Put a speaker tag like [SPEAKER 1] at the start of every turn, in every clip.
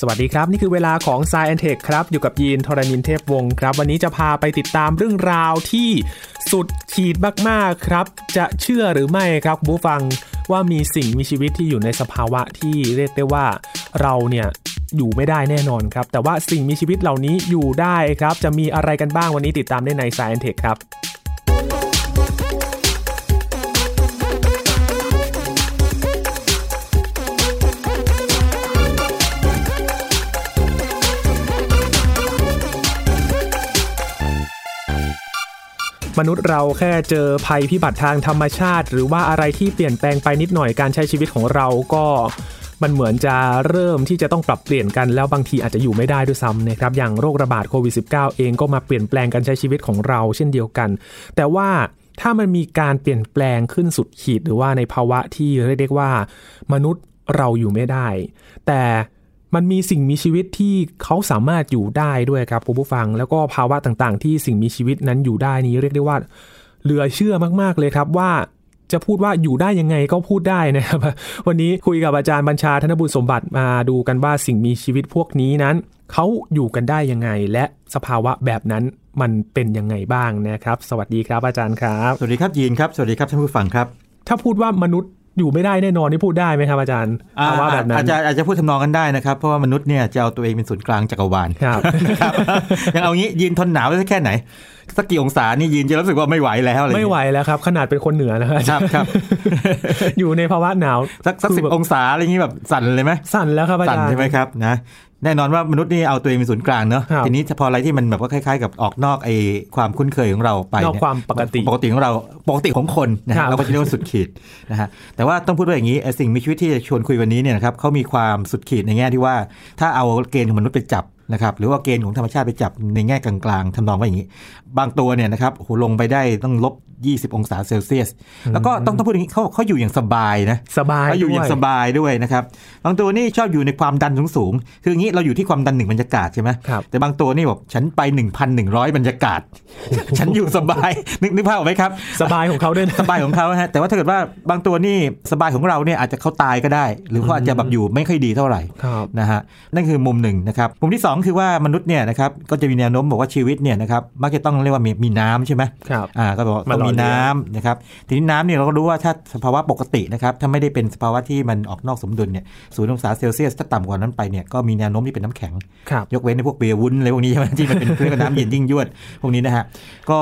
[SPEAKER 1] สวัสดีครับ นี่คือเวลาของ s ซแอนเทคครับ อยู่กับยีนทรณินเทพวงศ์ครับ วันนี้จะพาไปติดตามเรื่องราวที่สุดขีดมากๆครับ จะเชื่อหรือไม่ครับคุณผู้ฟังว่ามีสิ่งมีชีวิตที่อยู่ในสภาวะที่เรียกได้ว่าเราเนี่ยอยู่ไม่ได้แน่นอนครับ แต่ว่าสิ่งมีชีวิตเหล่านี้อยู่ได้ครับ จะมีอะไรกันบ้างวันนี้ติดตามได้ใน s ซแอนเทคครับ มนุษย์เราแค่เจอภัยพิบัติทางธรรมชาติ หรือว่าอะไรที่เปลี่ยนแปลงไปนิดหน่อยการใช้ชีวิตของเราก็มันเหมือนจะเริ่มที่จะต้องปรับเปลี่ยนกันแล้วบางทีอาจจะอยู่ไม่ได้ด้วยซ้ำนะครับอย่างโรคระบาดโควิด -19 เองก็มาเปลี่ยนแปลงการใช้ชีวิตของเราเช่นเดียวกัน แต่ว่าถ้ามันมีการเปลี่ยนแปลงขึ้นสุดขีด หรือว่าในภาวะที่เรียกได้ว่า มนุษย์เราอยู่ไม่ได้ แต่มันมีสิ่งมีชีวิตที่เขาสามารถอยู่ได้ด้วยครับคุณผู้ฟัง แล้วก็ภาวะต่างๆ ที่สิ่งมีชีวิตนั้นอยู่ได้นี้เรียกได้ว่า เหลือเชื่อมากๆเลยครับว่าจะพูดว่าอยู่ได้ยังไงก็พูดได้นะครับ วันนี้คุยกับอาจารย์บัญชาธนบุญสมบัติมาดูกันว่าสิ่งมีชีวิตพวกนี้นั้น เขาอยู่กันได้ยังไง และสภาวะแบบนั้นมันเป็นยังไงบ้างนะครับ สวัสดีครับอาจารย์ครับ
[SPEAKER 2] สวัสดีครับยีนครับสวัสดีครับท่านผู้ฟังครับ
[SPEAKER 1] ถ้าพูดว่ามนุษย์อยู่ไม่ได้แน่นอนนี่พูดได้ไหมครับอาจารย์ภาวะแบบนั้น
[SPEAKER 2] อาจจะอาจจะพูดทำนองกันได้นะครับ เพราะว่ามนุษย์เนี่ยจะเอาตัวเองเป็นศูนย์กลางจักรวาล
[SPEAKER 1] ครับ
[SPEAKER 2] นะครับ ยังเอางี้ยีนทนหนาวได้สักแค่ไหนสักกี่องศานี่ยีนจะรู้สึกว่าไม่ไหวแล้วอะไรอย่าง
[SPEAKER 1] ไม่ไหว
[SPEAKER 2] เงี้ย
[SPEAKER 1] แล้วครับ ขนาดเป็นคนเหนือนะครับ
[SPEAKER 2] ครับครับ
[SPEAKER 1] อยู่ในภาวะหนาว
[SPEAKER 2] สักสักสิบองศาอะไรอย่างงี้แบบสั่นเลยไหม
[SPEAKER 1] สั่นแล้วครับอา
[SPEAKER 2] สั่น
[SPEAKER 1] จารย์
[SPEAKER 2] ใช่ไหมครับนะแน่นอนว่ามนุษย์นี่เอาตัวเองเป็นศูนย์กลางเนอะ
[SPEAKER 1] ครับ
[SPEAKER 2] ทีนี้พออะไรที่มันแบบว่าคล้ายๆ กับออกนอกไอ้ความคุ้นเคยของเราไป
[SPEAKER 1] นอก
[SPEAKER 2] เนี่ย
[SPEAKER 1] ความปกติ
[SPEAKER 2] ปกติของเราปกติของคนนะ
[SPEAKER 1] ครั
[SPEAKER 2] ฮะ
[SPEAKER 1] บ
[SPEAKER 2] เราก็จะเรียกว่าสุดขีด นะฮะแต่ว่าต้องพูดว่าอย่างนี้ไอ้สิ่งมีชีวิตที่จะชวนคุยวันนี้เนี่ยนะครับเขามีความสุดขีดในแง่ที่ว่า ถ้าเอาเกณฑ์ของมนุษย์ไปจับนะครับหรือว่าเกณฑ์ของธรรมชาติไปจับในแง่กลางๆทำนองว่าอย่างนี้ บางตัวเนี่ยนะครับโอ้โหลงไปได้ต้องลบ 20 องศาเซลเซียส แล้วก็ต้องต้องพูดอย่างนี้เขาเขาอยู่อย่างสบายนะ
[SPEAKER 1] สบาย
[SPEAKER 2] เขาอยู่อย่าง
[SPEAKER 1] ด้ว
[SPEAKER 2] สบายด้วยนะครับบางตัวนี่ชอบอยู่ในความดันสูงๆคืออย่างนี้เราอยู่ที่ความดันหนึ่งบรรยากาศใช่ไหม
[SPEAKER 1] ครับ
[SPEAKER 2] แต่บางตัวนี่บอกฉันไป 1,100 บรรยากาศ ฉันอยู่สบาย นึกนึกภาพออกไหมครับ
[SPEAKER 1] สบายของเขาด้วยนะ
[SPEAKER 2] สบายของเขาฮะแต่ว่าถ้าเกิดว่าบางตัวนี่สบายของเราเนี่ยอาจจะเขาตายก็ได้ หรือเขาอาจจะแบบอยู่ไม่ค่อยดีเท่าไหร่
[SPEAKER 1] ครับ
[SPEAKER 2] นะฮะนั่นคือมุมหนึ่งนะครับมุมที่สองคือว่ามนุษย์เนี่ยนะครับก็จะมีแนวโน้มบอกว่าชีวิตเนี่ยนะครับมักจะต้องเรียกว่ามีมีน้ำใช่ไหม
[SPEAKER 1] ครับ
[SPEAKER 2] อ่าก็บอกว่า
[SPEAKER 1] มา
[SPEAKER 2] ต้อ
[SPEAKER 1] หล่
[SPEAKER 2] ง
[SPEAKER 1] อ
[SPEAKER 2] มี
[SPEAKER 1] เลี้ยง
[SPEAKER 2] น้ำนะครับทีนี้น้ำเนี่ยเราก็รู้ว่าถ้าสภาวะปกตินะครับถ้าไม่ได้เป็นสภาวะที่มันออกนอกสมดุลเนี่ยศูนย์องศาเซลเซียสถ้าต่ำกว่านั้นไปเนี่ยก็มีแนวโน้มที่เป็นน้ำแข็ง
[SPEAKER 1] ครับ
[SPEAKER 2] ยกเว้นในพวกเบียร์วุ้นอะไรพวกนี้ใช่ไหม ที่ มันเป็น เครื่องน้ำเย็นยิ่งยวดพวกนี้นะฮะก็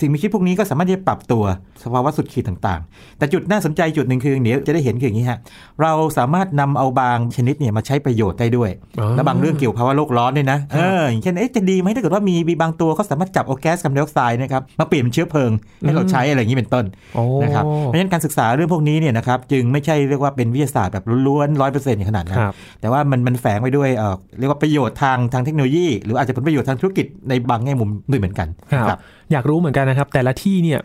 [SPEAKER 2] สิ่งมีชีวิตพวกนี้ก็สามารถที่จะปรับตัวสภาวะสุดขีดต่างๆ แต่จุดน่าสนใจจุดหนึ่งคือเดี๋ยวจะได้เห็นคืออย่างนี้ฮะเราสามารถนำเอาบางชนิดเนี่ยมาใช้ประโยชน์ได้ด้วย
[SPEAKER 1] อ๋อ
[SPEAKER 2] และบางเรื่องเกี่ยวกับภาวะโลกร้อนด้วยนะเอออย่างเช่นเอ๊ะจะดีไหมถ้าเกิดว่ามีมีบางตัวเขาสามารถจับเอาแก๊สคาร์บอนไดออกไซด์นะครับมาเปลี่ยนเป็นเชื้อเพลิงให้เรา
[SPEAKER 1] อืม
[SPEAKER 2] ใช้อะไรอย่างนี้เป็นต้น
[SPEAKER 1] โอ้
[SPEAKER 2] นะครับเพราะฉะนั้นการศึกษาเรื่องพวกนี้เนี่ยนะครับจึงไม่ใช่เรียกว่าเป็นวิทยาศาสตร์แบบล้วนร้อยเปอร์เซ็นต์ขนาดนั้น
[SPEAKER 1] ครับ
[SPEAKER 2] แต่ว่ามันมันแฝงไว้ด้วยเอ่อเรียกว่าประโยชน์ทางทางเทคโนโลยี หรืออาจจะเป็นประโยชน์ทางธุรกิจในบางแง่มุมด้วยเหมือนกัน
[SPEAKER 1] ครับ
[SPEAKER 2] ครับ
[SPEAKER 1] อยากรู้เหมือนกันนะครับ แต่ละที่เนี่ย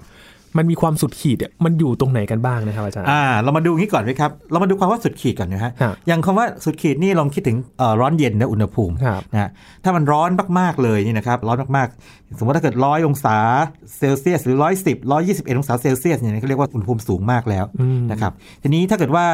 [SPEAKER 1] มันมีความสุดขีดเนี่ยมันอยู่ตรงไหนกันบ้างนะครับอาจารย์
[SPEAKER 2] อ่าเรามาดูงี้ก่อนไหมครับ เรามาดูความว่าสุดขีดก่อนนะฮะ
[SPEAKER 1] ครับ
[SPEAKER 2] อย่างคำว่าสุดขีดนี่ลองคิดถึงเอ่อร้อนเย็นนะอุณหภูมิ
[SPEAKER 1] ครับ
[SPEAKER 2] นะฮะถ้ามันร้อนมากๆเลยนี่นะครับร้อนมากๆ สมมติถ้าเกิดร้อยองศาเซลเซียสหรือร้อยสิบร้อยี่สิบเอ็ดองศาเซลเซียสเนี่ยเขาเรียกว่าอุณหภูมิสูงมากแล้ว
[SPEAKER 1] อืม
[SPEAKER 2] นะครับทีนี้ถ้าเกิดว่า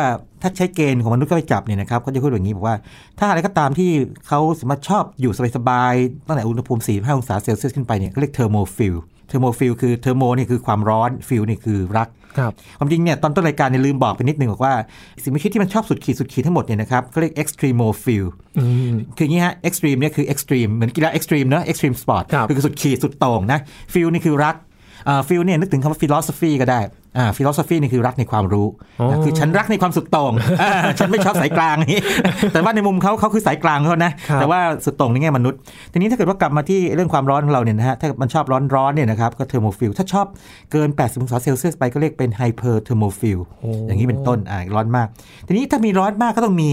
[SPEAKER 2] ถ้าใช้เกณฑ์ของมนุษย์เข้าไปจับเนี่ยนะครับก็จะพูดอย่างนี้บอกว่า ถ้าอะไรก็ตามที่เขาสามารถชอบอยู่สบายๆตั้งแต่อุณหภูมิ 45 องศาเซลเซียสขึ้นไปเนี่ยเขาเรียกเทอร์โมฟิลเทอร์โมฟิลคือเทอร์โมนี่คือความร้อนฟิลนี่คือรัก
[SPEAKER 1] ครับ
[SPEAKER 2] ความจริงเนี่ยตอนต้นรายการเนี่ยลืมบอกไปนิดนึงบอกว่าสิ่งมีชีวิตที่มันชอบสุดขีดสุดขีดทั้งหมดเนี่ยนะครับเขาเรียก extremophile
[SPEAKER 1] อืม
[SPEAKER 2] คืออย่างนี้ฮะเอ็กซ์ตรีมเนี่ยคือเอ็กซ์ตรีมเหมือนกีฬาเอ็กซ์ตรีมเนอะเอ็กซ์ตรีมสปอร์ต
[SPEAKER 1] ครับ
[SPEAKER 2] คือสุดขีดสุดโต่งนะฟิลนี่คือรักฟิลเนี่ยนึกถึงคำว่าฟิโลส o ฟีก็ได้อ่าฟิโลส o ฟีนี่คือรักในความรู้
[SPEAKER 1] อ๋อ
[SPEAKER 2] นะคือฉันรักในความสุดโต่ งอ่าฉันไม่ชอบสายกลาง นี่ แต่ว่าในมุมเขาเขาคือสายกลางเขานะครับ แต่ว่าสุดโต่งในแง่มนุษย์ ทีนี้ถ้าเกิดว่ากลับมาที่เรื่องความร้อนของเราเนี่ยนะฮะถ้ามันชอบร้อนร้อนๆเนี่ยนะครับก็เทอร์โมฟิลถ้าชอบเกิน 80องศาเซลเซียสไปก็เรียกเป็นไฮเปอร์เทอร์โมฟิลอย่างนี้เป็นต้นอ่าร้อนมาก ทีนี้ถ้ามีร้อนมากก็ต้องมี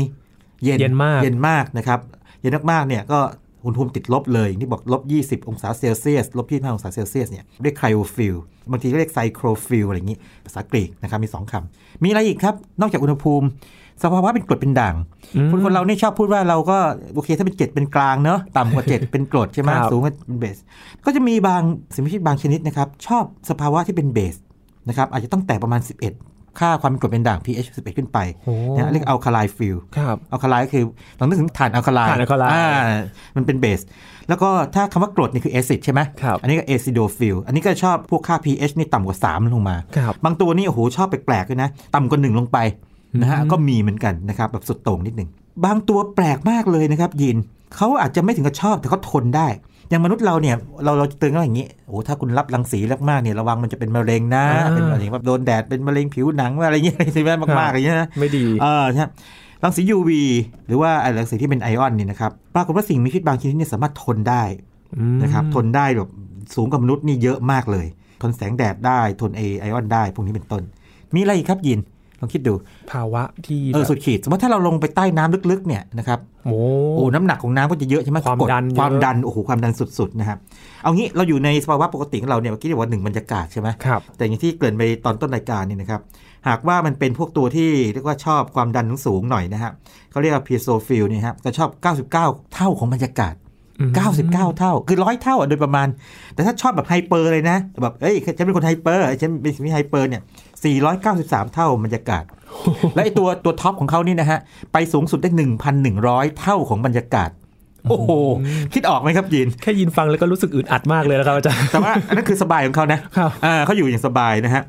[SPEAKER 2] เย็น
[SPEAKER 1] เย็นมาก
[SPEAKER 2] เย็นมากนะครับ เย็นมากๆเนี่ยก็อุณหภูมิติดลบเลยอย่างที่บอกลบ 20 องศาเซลเซียสลบ25องศาเซลเซียสเนี่ยเรียกไคลโอฟิลบางทีก็เรียกไซโครฟิลอะไรอย่างนี้ ภาษากรีกนะครับ มี 2คำมีอะไรอีกครับ นอกจากอุณหภูมิ สภาวะเป็นกรดเป็นด่าง
[SPEAKER 1] อืม
[SPEAKER 2] คนคนเราเนี่ยชอบพูดว่าเราก็โอเคถ้าเป็น 7 เป็นกลางเนอะต่ำกว่า 7 เป็นกรดใช่ไหม
[SPEAKER 1] ครับ
[SPEAKER 2] สูงกว่าเป็นเบส ก็จะมีบางสิ่งมีชีวิตบางชนิดนะครับ ชอบสภาวะที่เป็นเบสนะครับอาจจะต้องแต่ประมาณ 11 ค่าความเป็นกรดเป็นด่าง pH 11 ขึ้นไป
[SPEAKER 1] โอ้
[SPEAKER 2] นะเรียกอัลคาไลฟิล
[SPEAKER 1] ครับ
[SPEAKER 2] อัลคาไลก็คือลองนึกถึงถ่านอัลคาไล
[SPEAKER 1] ถ่าน alkali
[SPEAKER 2] มันเป็นเบส แล้วก็ถ้าคำว่ากรดนี่คือแอซิดใช่ไหม
[SPEAKER 1] ครับ
[SPEAKER 2] อันนี้ก็แอซิโดฟิลอันนี้ก็ชอบพวกค่า pH นี่ต่ำกว่า 3 ลงมา
[SPEAKER 1] ครับ
[SPEAKER 2] บางตัวนี่โอ้โหชอบแปลกๆด้วยนะ ต่ำกว่าหนึ่งลงไปนะฮะ
[SPEAKER 1] อืม
[SPEAKER 2] ก็มีเหมือนกันนะครับแบบสุดโต่งนิดหนึ่งบางตัวแปลกมากเลยนะครับยีนเขาอาจจะไม่ถึงกับชอบแต่เขาทนได้ อย่างมนุษย์เราเนี่ยเราเราจะเตือนกันว่าอย่างนี้โอ้ถ้าคุณรับรังสีมากๆเนี่ยระวังมันจะเป็นมะเร็งนะ
[SPEAKER 1] อ่า
[SPEAKER 2] เป็นมะเร็งแบบโดนแดดเป็นมะเร็งผิวหนังอะไรอย่างเงี้ย ใช่ไหม
[SPEAKER 1] ครั
[SPEAKER 2] มากๆ
[SPEAKER 1] บ
[SPEAKER 2] อะไรอย่างเงี้ยนะ
[SPEAKER 1] ไม่ดี
[SPEAKER 2] เออใช่รังสี UV หรือว่าไอ้รังสีที่เป็นไอออนเนี่ยนะครับปรากฏว่าสิ่งมีชีวิตบางชนิดเนี่ยสามารถทนได้ นะครับทนได้แบบสูงกว่ามนุษย์นี่เยอะมากเลย ทนแสงแดดได้ทนไอไอออนได้ พวกนี้เป็นต้น มีอะไรอีกครับยินลองคิดดู
[SPEAKER 1] ภาวะที่
[SPEAKER 2] เออ
[SPEAKER 1] แบบ
[SPEAKER 2] สุดขีด สมมติถ้าเราลงไปใต้น้ำลึกๆเนี่ยนะครับ
[SPEAKER 1] โอ้
[SPEAKER 2] โอ้น้ำหนักของน้ำก็จะเยอะใช่ไหม
[SPEAKER 1] ความ
[SPEAKER 2] ก
[SPEAKER 1] ดันเยอะ
[SPEAKER 2] ความดันโอ้โหความดันสุดๆนะครับเอางี้เราอยู่ในสภาวะปกติของเราเนี่ยเมื่อกี้บอกว่าหนึ่งบรรยากาศใช่ไหม
[SPEAKER 1] ครับ
[SPEAKER 2] แต่อย่างที่เกริ่นไปตอนต้นรายการนี่นะครับหากว่ามันเป็นพวกตัวที่เรียกว่าชอบความดันสูงๆหน่อยนะครับเขาเรียกว่าพีโซฟิลเนี่ยครับจะชอบ 99 เท่าของบรรยากาศ
[SPEAKER 1] อืม
[SPEAKER 2] 99 เท่า คือร้อยเท่าอ่ะโดยประมาณ แต่ถ้าชอบแบบไฮเปอร์เลยนะ แบบเอ้ยฉันเป็นคนไฮเปอร์ฉันเป็นมีไฮเปอร์เนี่ย 493 เท่าบรรยากาศ และไอตัวตัวท็อปของเขานี่นะฮะ ไปสูงสุดได้ 1,100 เท่าของบรรยากาศ โอ้โห คิดออกไหมครับยิน
[SPEAKER 1] แค่ยินฟังแล้วก็รู้สึกอึดอัดมากเลยนะครับอาจารย์
[SPEAKER 2] แต่ว่า อันนั้นคือสบายของเขานะครับ อ่าเขาอยู่อย่างสบายนะฮะ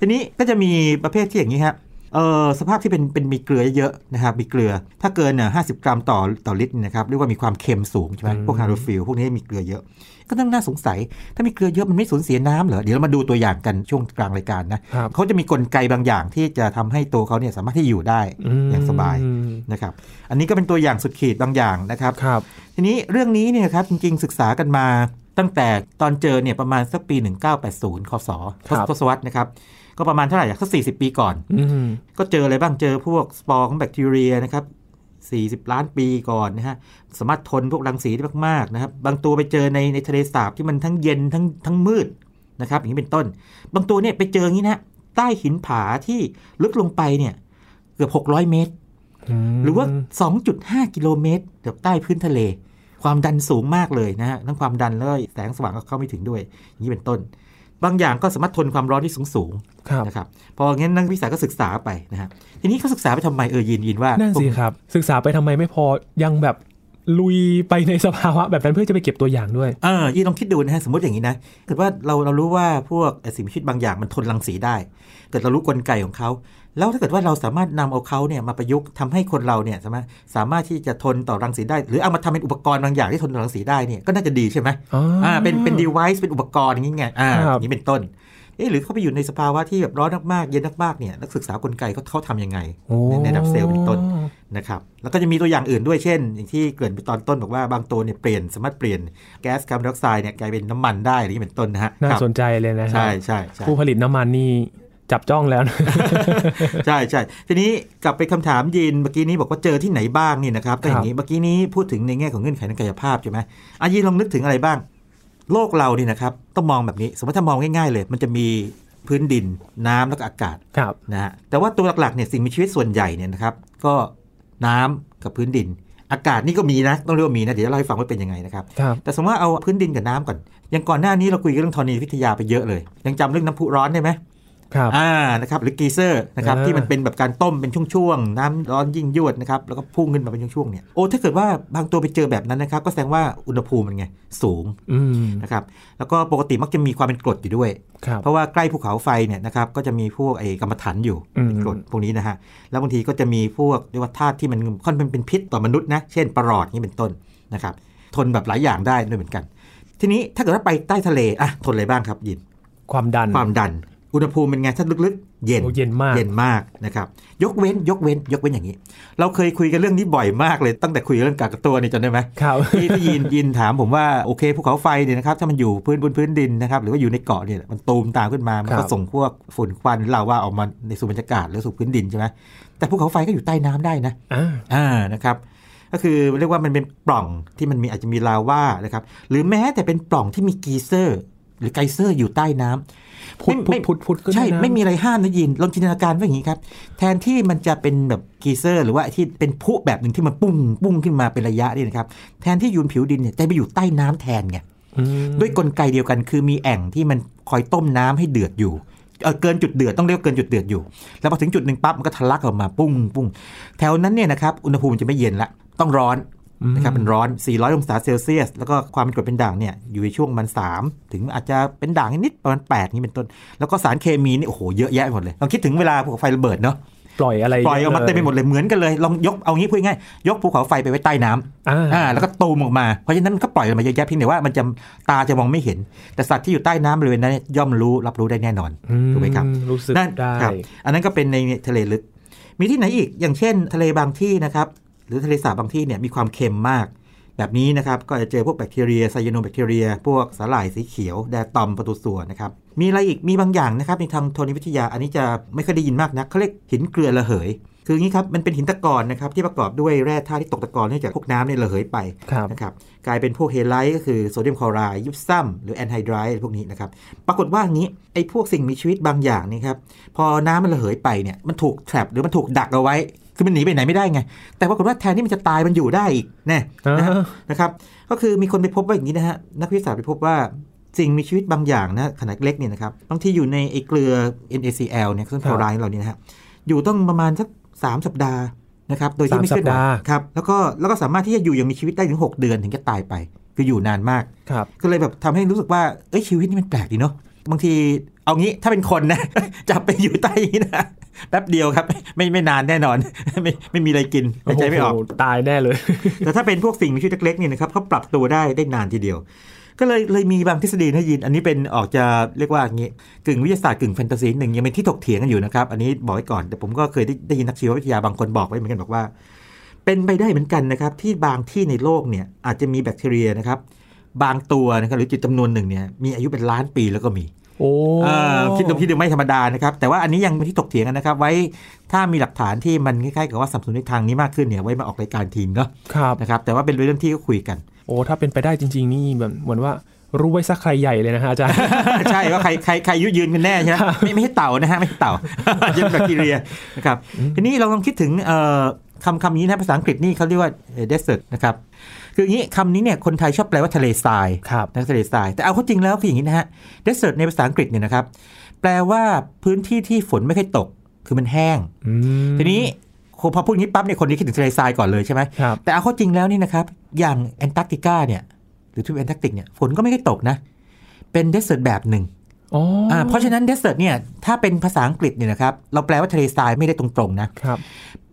[SPEAKER 2] ทีนี้ก็จะมีประเภทที่อย่างนี้ฮะเออสภาพที่เป็นเป็นมีเกลือเยอะๆนะครับ มีเกลือ ถ้าเกินห้าสิบกรัมต่อต่อลิตรเนี่ยนะครับ เรียกว่ามีความเค็มสูงใช่ไหมพวกฮาโลฟิลพวกนี้มีเกลือเยอะ ก็ต้องน่าสงสัย ถ้ามีเกลือเยอะมันไม่สูญเสียน้ำเหรอ เดี๋ยวเรามาดูตัวอย่างกันช่วงกลางรายการนะครับ เขาจะมีกลไกบางอย่างที่จะทำให้ตัวเขาเนี่ยสามารถที่อยู่ได้
[SPEAKER 1] ม
[SPEAKER 2] อย่างสบายนะครับ อันนี้ก็เป็นตัวอย่างสุดขีดบางอย่างนะครับ
[SPEAKER 1] ครับ
[SPEAKER 2] ทีนี้เรื่องนี้เนี่ยครับจริง ๆ ศึกษากันมาตั้งแต่ตอนเจอเนี่ยประมาณสักปี 1980 คศ
[SPEAKER 1] ครับ
[SPEAKER 2] ทศวรรษนะครับ ก็ประมาณเท่าไหร่อะสัก 40 ปีก่อน
[SPEAKER 1] อืม
[SPEAKER 2] ก็เจออะไรบ้างเจอพวกสปอร์ของแบคทีเรียนะครับ 40 ล้านปีก่อนนะฮะ สามารถทนพวกรังสีได้มาก ๆ นะครับ บางตัวไปเจอในในทะเลสาบที่มันทั้งเย็นทั้งทั้งมืดนะครับ อย่างนี้เป็นต้น บางตัวเนี่ยไปเจออย่างนี้นะใต้หินผาที่ลึกลงไปเนี่ยเกือบ 600 เมตร หรือว่า 2.5 กิโลเมตรแบบใต้พื้นทะเล ความดันสูงมากเลยนะฮะ ทั้งความดันแล้วก็แสงสว่างก็เข้าไม่ถึงด้วย อย่างนี้เป็นต้น บางอย่างก็สามารถทนความร้อนที่สูงสูงๆ
[SPEAKER 1] ครับ
[SPEAKER 2] นะครับ พองั้นนักวิทยาศาสตร์ก็ศึกษาไปนะฮะ ทีนี้เขาศึกษาไปทำไมเออยินยินว่า
[SPEAKER 1] นั่นสิครับ ศึกษาไปทำไมไม่พอยังแบบลุยไปในสภาวะแบบนั้นเพื่อจะไปเก็บตัวอย่างด้วย
[SPEAKER 2] เออยินลองคิดดูนะฮะ สมมติอย่างนี้นะเกิดว่าเราเรารู้ว่าพวกสิ่งมีชีวิตบางอย่างมันทนรังสีได้ เกิดเรารู้กลไกของเขา แล้วถ้าเกิดว่าเราสามารถนำเอาเขาเนี่ยมาประยุกต์ทำให้คนเราเนี่ยสามารถสามารถที่จะทนต่อรังสีได้ หรือเอามาทำเป็นอุปกรณ์บางอย่างที่ทนต่อรังสีได้เนี่ยก็น่าจะดีใช่ไหม อ่าเป็นเป็น device เป็นอุปกรณ์อย่างนี้ไงอ่า
[SPEAKER 1] ครับ
[SPEAKER 2] อย่างนี้เป็นต้นเอ๊ะหรือเขาไปอยู่ในสภาวะที่แบบร้อนมากๆเย็นมากๆเนี่ยนักศึกษากลไกเขาเขาทำยังไง
[SPEAKER 1] โอ้
[SPEAKER 2] ในในระดับเซลล์เป็นต้นนะครับแล้วก็จะมีตัวอย่างอื่นด้วยเช่น อย่างที่เกริดไปตอนต้นบอกว่าบางตัวเนี่ยเปลี่ยนสามารถเปลี่ยนแก๊สคาร์บอนไดออกไซด์เนี่ยกลายเป็นน้ำมันได้อะไรอย่างนี้เป็นต้นนะฮะ
[SPEAKER 1] น่า
[SPEAKER 2] ครับ
[SPEAKER 1] สนใจเลยนะครั
[SPEAKER 2] ใช่
[SPEAKER 1] บ
[SPEAKER 2] ใช่ใช่
[SPEAKER 1] ผู้ผลิตน้ำมันนี่จับจ้องแล้วนะ
[SPEAKER 2] ใช่ใช่ทีนี้กลับไปคำถามยินเมื่อกี้นี้บอกว่าเจอที่ไหนบ้างนี่นะครับก็อย่างนี้เมื่อกี้นี้พูดถึงในแง่ของเงื่อนไขทางกายภาพใช่ไหมอายินลองนึกถึงอะไรบ้าง โลกเรานี่นะครับต้องมองแบบนี้ สมมติถ้ามองง่ายๆเลย มันจะมีพื้นดินน้ำแล้วก็อากาศ
[SPEAKER 1] ครับ
[SPEAKER 2] นะฮะแต่ว่าตัวหลักๆเนี่ยสิ่งมีชีวิตส่วนใหญ่เนี่ยนะครับก็น้ำกับพื้นดิน อากาศนี่ก็มีนะต้องเรียกว่ามีนะเดี๋ยวจะเล่าให้ฟังว่าเป็นยังไงนะครับ
[SPEAKER 1] ครับ
[SPEAKER 2] แต่สมมติว่าเอาพื้นดินกับน้ำก่อนอย่างก่อนหน้านี้เราคุยกันเรื่องธรณีวิทยาไปเยอะเลย ยังจำเรื่องน้ำพุร้อนได้ไหม
[SPEAKER 1] ครับ
[SPEAKER 2] อ่า นะครับ หรือกีเซอร์ นะครับ
[SPEAKER 1] อ่า
[SPEAKER 2] ที่มันเป็นแบบการต้มเป็นช่วงๆ น้ำร้อนยิ่งยวดนะครับ แล้วก็พุ่งขึ้นมาเป็นช่วงๆ เนี่ย โอ้ ถ้าเกิดว่าบางตัวไปเจอแบบนั้นนะครับ ก็แสดงว่าอุณหภูมิมันไง สูง
[SPEAKER 1] อืม
[SPEAKER 2] นะครับ แล้วก็ปกติมักจะมีความเป็นกรดอยู่ด้วย
[SPEAKER 1] ครับ
[SPEAKER 2] เพราะว่าใกล้ภูเขาไฟเนี่ยนะครับ ก็จะมีพวกไอ้กรรมฐานอยู่
[SPEAKER 1] อืม
[SPEAKER 2] เป็นกรดพวกนี้นะฮะ แล้วบางทีก็จะมีพวกเรียกว่าธาตุที่มันค่อนเป็นเป็นพิษต่อมนุษย์นะ เช่นปรอดนี่เป็นต้นนะครับ ทนแบบหลายอย่างได้ด้วยเหมือนกัน ทีนี้ถ้าเกิดว่าไปใต้ทะเลอ่ะทนอะไรบ้างครับยิน
[SPEAKER 1] ความดัน
[SPEAKER 2] ความดัน อุณหภูมิเป็นไงถ้าลึกๆ เย็น
[SPEAKER 1] โอ้เย็นมาก
[SPEAKER 2] เย็นมากนะครับยกเว้นยกเว้นยกเว้นอย่างนี้ เราเคยคุยกันเรื่องนี้บ่อยมากเลยตั้งแต่คุยเรื่องกากตัวนี่จำได้ไหม
[SPEAKER 1] ครับ
[SPEAKER 2] ที่ที่ยินยินถามผมว่าโอเคภูเขาไฟเนี่ยนะครับถ้ามันอยู่พื้นบนพื้นดินนะครับหรือว่าอยู่ในเกาะเนี่ยมันตูมตามขึ้นมามัน
[SPEAKER 1] ครั
[SPEAKER 2] ก็
[SPEAKER 1] บ
[SPEAKER 2] ส่งพวกฝุ่นควันลาวาออกมาในสู่บรรยากาศหรือสู่พื้นดินใช่ไหมแต่ภูเขาไฟก็อยู่ใต้น้ำได้นะ
[SPEAKER 1] อ่า
[SPEAKER 2] อ่านะครับก็คือเรียกว่ามันเป็นปล่องที่มันมีอาจจะมีลาวานะครับหรือแม้แต่เป็นปล่องที่มีกีเซอร์ หรือไกเซอร์อยู่ใต้น้ำ
[SPEAKER 1] พุดพุด
[SPEAKER 2] ไม่
[SPEAKER 1] พุดพุดก็
[SPEAKER 2] ใช่
[SPEAKER 1] ด้นะ
[SPEAKER 2] ไม่มีอะไรห้ามนะยินลองจินตนาการว่าอย่างนี้ครับ แทนที่มันจะเป็นแบบกีเซอร์ หรือว่าที่เป็นพุแบบหนึ่งที่มันปุ้งปุ้งขึ้นมาเป็นระยะนี่นะครับแทนที่อยูบนผิวดินเนี่ยแต่ไปอยู่ใต้น้ำแทนไง
[SPEAKER 1] อืม
[SPEAKER 2] ด้วยกลไกเดียวกันคือมีแอ่งที่มันคอยต้มน้ำให้เดือดอยู่ เอ่อเกินจุดเดือดต้องเรียกว่าเกินจุดเดือดอยู่ แล้วพอถึงจุดหนึ่งปั๊บมันก็ทะลักออกมาปุ้งปุ้งแถวนั้นเนี่ยนะครับอุณหภูมิจะไม่เย็นละต้องร้อนนะครับเป็นร้อน 400 องศาเซลเซียส แล้วก็ความเป็นกรดเป็นด่างเนี่ยอยู่ในช่วงประมัน 3 ถึงอาจจะเป็นด่างนิดๆประมาณ8นี่เป็นต้น แล้วก็สารเคมีนี่โอ้โหเยอะแยะไปหมดเลยลองคิดถึงเวลาภูเขาไฟระเบิดเนาะ
[SPEAKER 1] ปล่อยอะไร
[SPEAKER 2] ปล่อยออกมาเต็มไปหมดเลยเหมือนกันเลยลองยกเอางี้พูดง่ายๆยกภูเขาไฟไปไว้ใต้น้ำ
[SPEAKER 1] อ่า
[SPEAKER 2] อ่าแล้วก็ตูมออกมาเพราะฉะนั้นมันก็ปล่อยออกมาเยอะแยะเพียงแต่ว่ามันจะตาจะมองไม่เห็น แต่สัตว์ที่อยู่ใต้น้ำบริเวณนั้นย่อมรู้รับรู้ได้แน่นอน
[SPEAKER 1] อื
[SPEAKER 2] ถูกไหมครับ
[SPEAKER 1] รู้สึก
[SPEAKER 2] นั่น
[SPEAKER 1] ได้
[SPEAKER 2] ครับอันนั้นก็เป็นในทะเลลึก มีที่ไหนอีกอย่างเช่น ทะเลบางที่นะครับหรือทะเลสาบบางที่เนี่ยมีความเค็มมาก แบบนี้นะครับก็จะเจอพวกแบคทีเรียไซยาโนแบคทีเรีย พวกสาหร่ายสีเขียว แดตอมประตูส่วนนะครับมีอะไรอีกมีบางอย่างนะครับในทางธรณีวิทยาอันนี้จะไม่ค่อยได้ยินมากนักเขาเรียกหินเกลือระเหย คืออย่างนี้ครับมันเป็นหินตะกอนนะครับที่ประกอบด้วยแร่ธาตุที่ตกตะกอนเนื่องจากพวกน้ำเนี่ยระเหยไป
[SPEAKER 1] ครับ
[SPEAKER 2] นะครับกลายเป็นพวกเฮไลท์ก็คือโซเดียมคลอไรด์ยิปซัมหรือแอนไฮไดรด์พวกนี้นะครับ ปรากฏว่าอย่างนี้ไอ้พวกสิ่งมีชีวิตบางอย่างนี่ครับ พอน้ำมันระเหยไปเนี่ยมันถูกแทรปหรือมันถูกดักเอาไว้ คือมันหนีไปไหนไม่ได้ไง แต่ปรากฏว่าแทนที่มันจะตายมันอยู่ได้อีกแน่นะฮะ
[SPEAKER 1] อ่า
[SPEAKER 2] นะครับก็คือมีคนไปพบว่าอย่างนี้นะฮะนักวิทยาศาสตร์ไปพบว่าสิ่งมีชีวิตบางอย่างนะขนาดเล็กเนี่ยนะครับบางทีอยู่ในไอ้เกลือ NaCl เนี่ยซึ่งคลอไรด์เราเนี่ยนะฮะอยู่ต้องประมาณสักสามสัปดาห์นะครับโดยที่ไม่เคลื่อนไหว
[SPEAKER 1] สามสัปดาห์
[SPEAKER 2] ครับแล้วก็แล้วก็สามารถที่จะอยู่อย่างมีชีวิตได้ถึง 6 เดือนถึงจะตายไป คืออยู่นานมาก
[SPEAKER 1] ครับ
[SPEAKER 2] ก็เลยแบบทำให้รู้สึกว่าเอ้ยชีวิตนี่มันแปลกดีเนาะบางทีเอางี้ถ้าเป็นคนนะ จับไปอยู่ใต้นี้นะแป๊บเดียวครับ ไม่ไม่นานแน่นอน ไม่ไม่มีอะไรกินหายใจไม่ออก
[SPEAKER 1] โโหตายแน่เลย
[SPEAKER 2] แต่ถ้าเป็นพวกสิ่งมีชีวิตเล็กๆเนี่ยนะครับเขาปรับตัวได้ได้นานทีเดียว ก็เลยเลยมีบางทฤษฎีนะยิน อันนี้เป็นออกจะเรียกว่าอย่างงี้กึ่งวิทยาศาสตร์กึ่งแฟนตาซีหนึ่งยังเป็นที่ถกเถียงกันอยู่นะครับ อันนี้บอกไว้ก่อนแต่ผมก็เคยได้ได้ยินนักชีววิทยาบางคนบอกไว้เหมือนกันบอกว่า เป็นไปได้เหมือนกันนะครับ ที่บางที่ในโลกเนี่ยอาจจะมีแบคทีเรียนะครับ บางตัวนะครับหรือจุดจำนวนหนึ่งเนี่ยมีอายุเป็นล้านปีแล้วก็มี
[SPEAKER 1] โอ้
[SPEAKER 2] อ่าคิดดูคิดดูไม่ธรรมดานะครับ แต่ว่าอันนี้ยังเป็นที่ถกเถียงกันนะครับ ไว้ถ้ามีหลักฐานที่มันคล้ายๆกับว่าสับสนในทางนี้มากขึ้นเนี่ยไว้มาออกรายการทีมเนาะ
[SPEAKER 1] ครับ
[SPEAKER 2] นะครับแต่ว่าเป็นเรื่องที่ก็คุย กัน
[SPEAKER 1] โอ้ถ้าเป็นไปได้จริง ๆ นี่แบบเหมือนว่ารู้ไว้สักใครใหญ่เลยนะฮะอาจารย์
[SPEAKER 2] ใช่ว่าใครใครใครอายุยืนกันแน่ใช่ไหมไม่ไม่ใช่เต่านะฮะไม่ใช่เต่า ยันแบคทีเรียนะครับทีนี้เราลองคิดถึงเอ่อคำคำนี้นะภาษาอังกฤษนี่เขาเรียกว่า desert นะครับคืออย่างนี้คำนี้เนี่ยคนไทยชอบแปลว่าทะเลทราย
[SPEAKER 1] ครับ
[SPEAKER 2] นักทะเลทรายแต่เอาเข้าจริงแล้วคืออย่างนี้นะฮะ desert ในภาษาอังกฤษเนี่ยนะครับ แปลว่าพื้นที่ที่ฝนไม่ค่อยตก คือมันแห้ง
[SPEAKER 1] อืม
[SPEAKER 2] ทีนี้พอพูดอย่างนี้ปั๊บเนี่ยคนนี้คิดถึงทะเลทรายก่อนเลยใช่ไหม
[SPEAKER 1] ครับ
[SPEAKER 2] แต่เอาเข้าจริงแล้วนี่นะครับ อย่างแอนตาร์กติกาเนี่ยหรือทวีปแอนตาร์กติกเนี่ยฝนก็ไม่ค่อยตกนะ เป็น desert แบบหนึ่ง
[SPEAKER 1] อ๋ออ่
[SPEAKER 2] าเพราะฉะนั้น desert เนี่ยถ้าเป็นภาษาอังกฤษเนี่ยนะครับเราแปลว่าทะเลทรายไม่ได้ตรงๆนะ
[SPEAKER 1] ครับ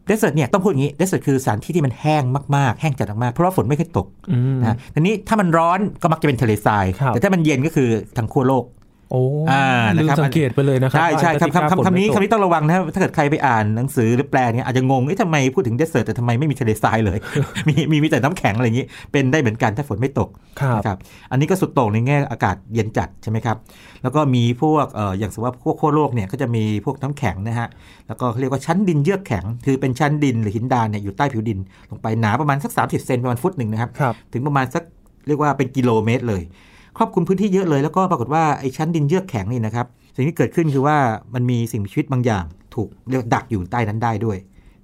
[SPEAKER 2] desert เนี่ยต้องพูดอย่างนี้ desert คือสถานที่ที่มันแห้งมากๆแห้งจัดมากๆเพราะว่าฝนไม่ค่อยตก
[SPEAKER 1] อืม
[SPEAKER 2] นะทีนี้ถ้ามันร้อนก็มักจะเป็นทะเลทราย
[SPEAKER 1] ครับ
[SPEAKER 2] แต่ถ้ามันเย็นก็คือทางขั้วโลก
[SPEAKER 1] โอ้
[SPEAKER 2] อ่า
[SPEAKER 1] ลื
[SPEAKER 2] นะ
[SPEAKER 1] ม
[SPEAKER 2] ครับ
[SPEAKER 1] สังเกตไปเลยนะครับ
[SPEAKER 2] ใช่ใช่
[SPEAKER 1] ว่า
[SPEAKER 2] ครับคำ
[SPEAKER 1] ปฏิกิริยา
[SPEAKER 2] คำคำนี้
[SPEAKER 1] ฝ
[SPEAKER 2] คำ
[SPEAKER 1] ไม่ตก
[SPEAKER 2] นี้ต้องระวังนะครับถ้าเกิดใครไปอ่านหนังสือหรือแปลเนี่ยอาจจะงงเอ๊ะทำไมพูดถึงเดสเซอร์แต่ทำไมไม่มีทะเลทราย เลย มีมีมีแต่น้ำแข็งอะไรอย่างนี้ เป็นได้เหมือนกันถ้าฝนไม่ตก
[SPEAKER 1] ครับ
[SPEAKER 2] นะครับอันนี้ก็สุดโต่งในแง่อากาศเย็นจัดใช่ไหมครับ แล้วก็มีพวกเอ่ออย่างสมมติว่าพวกขั้วโลกเนี่ยก็จะมีพวกน้ำแข็งนะฮะแล้วก็เขาเรียกว่าชั้นดินเยือกแข็ง คือเป็นชั้นดินหรือหินดานเนี่ยอยู่ใต้ผิวดิน ลงไปหนาประมาณสัก 30เซนประมาณฟุตหนึ่งนะครับ
[SPEAKER 1] ครับ
[SPEAKER 2] ถึงประมาณสักเรียกว่าเป็นกิโลเมตรเลย ครอบคลุมพื้นที่เยอะเลยแล้วก็ปรากฏว่าไอ้ชั้นดินเยือกแข็งนี่นะครับ สิ่งที่เกิดขึ้นคือว่ามันมีสิ่งมีชีวิตบางอย่าง ถูกเรียกว่าดักอยู่ใต้นั้นได้ด้วย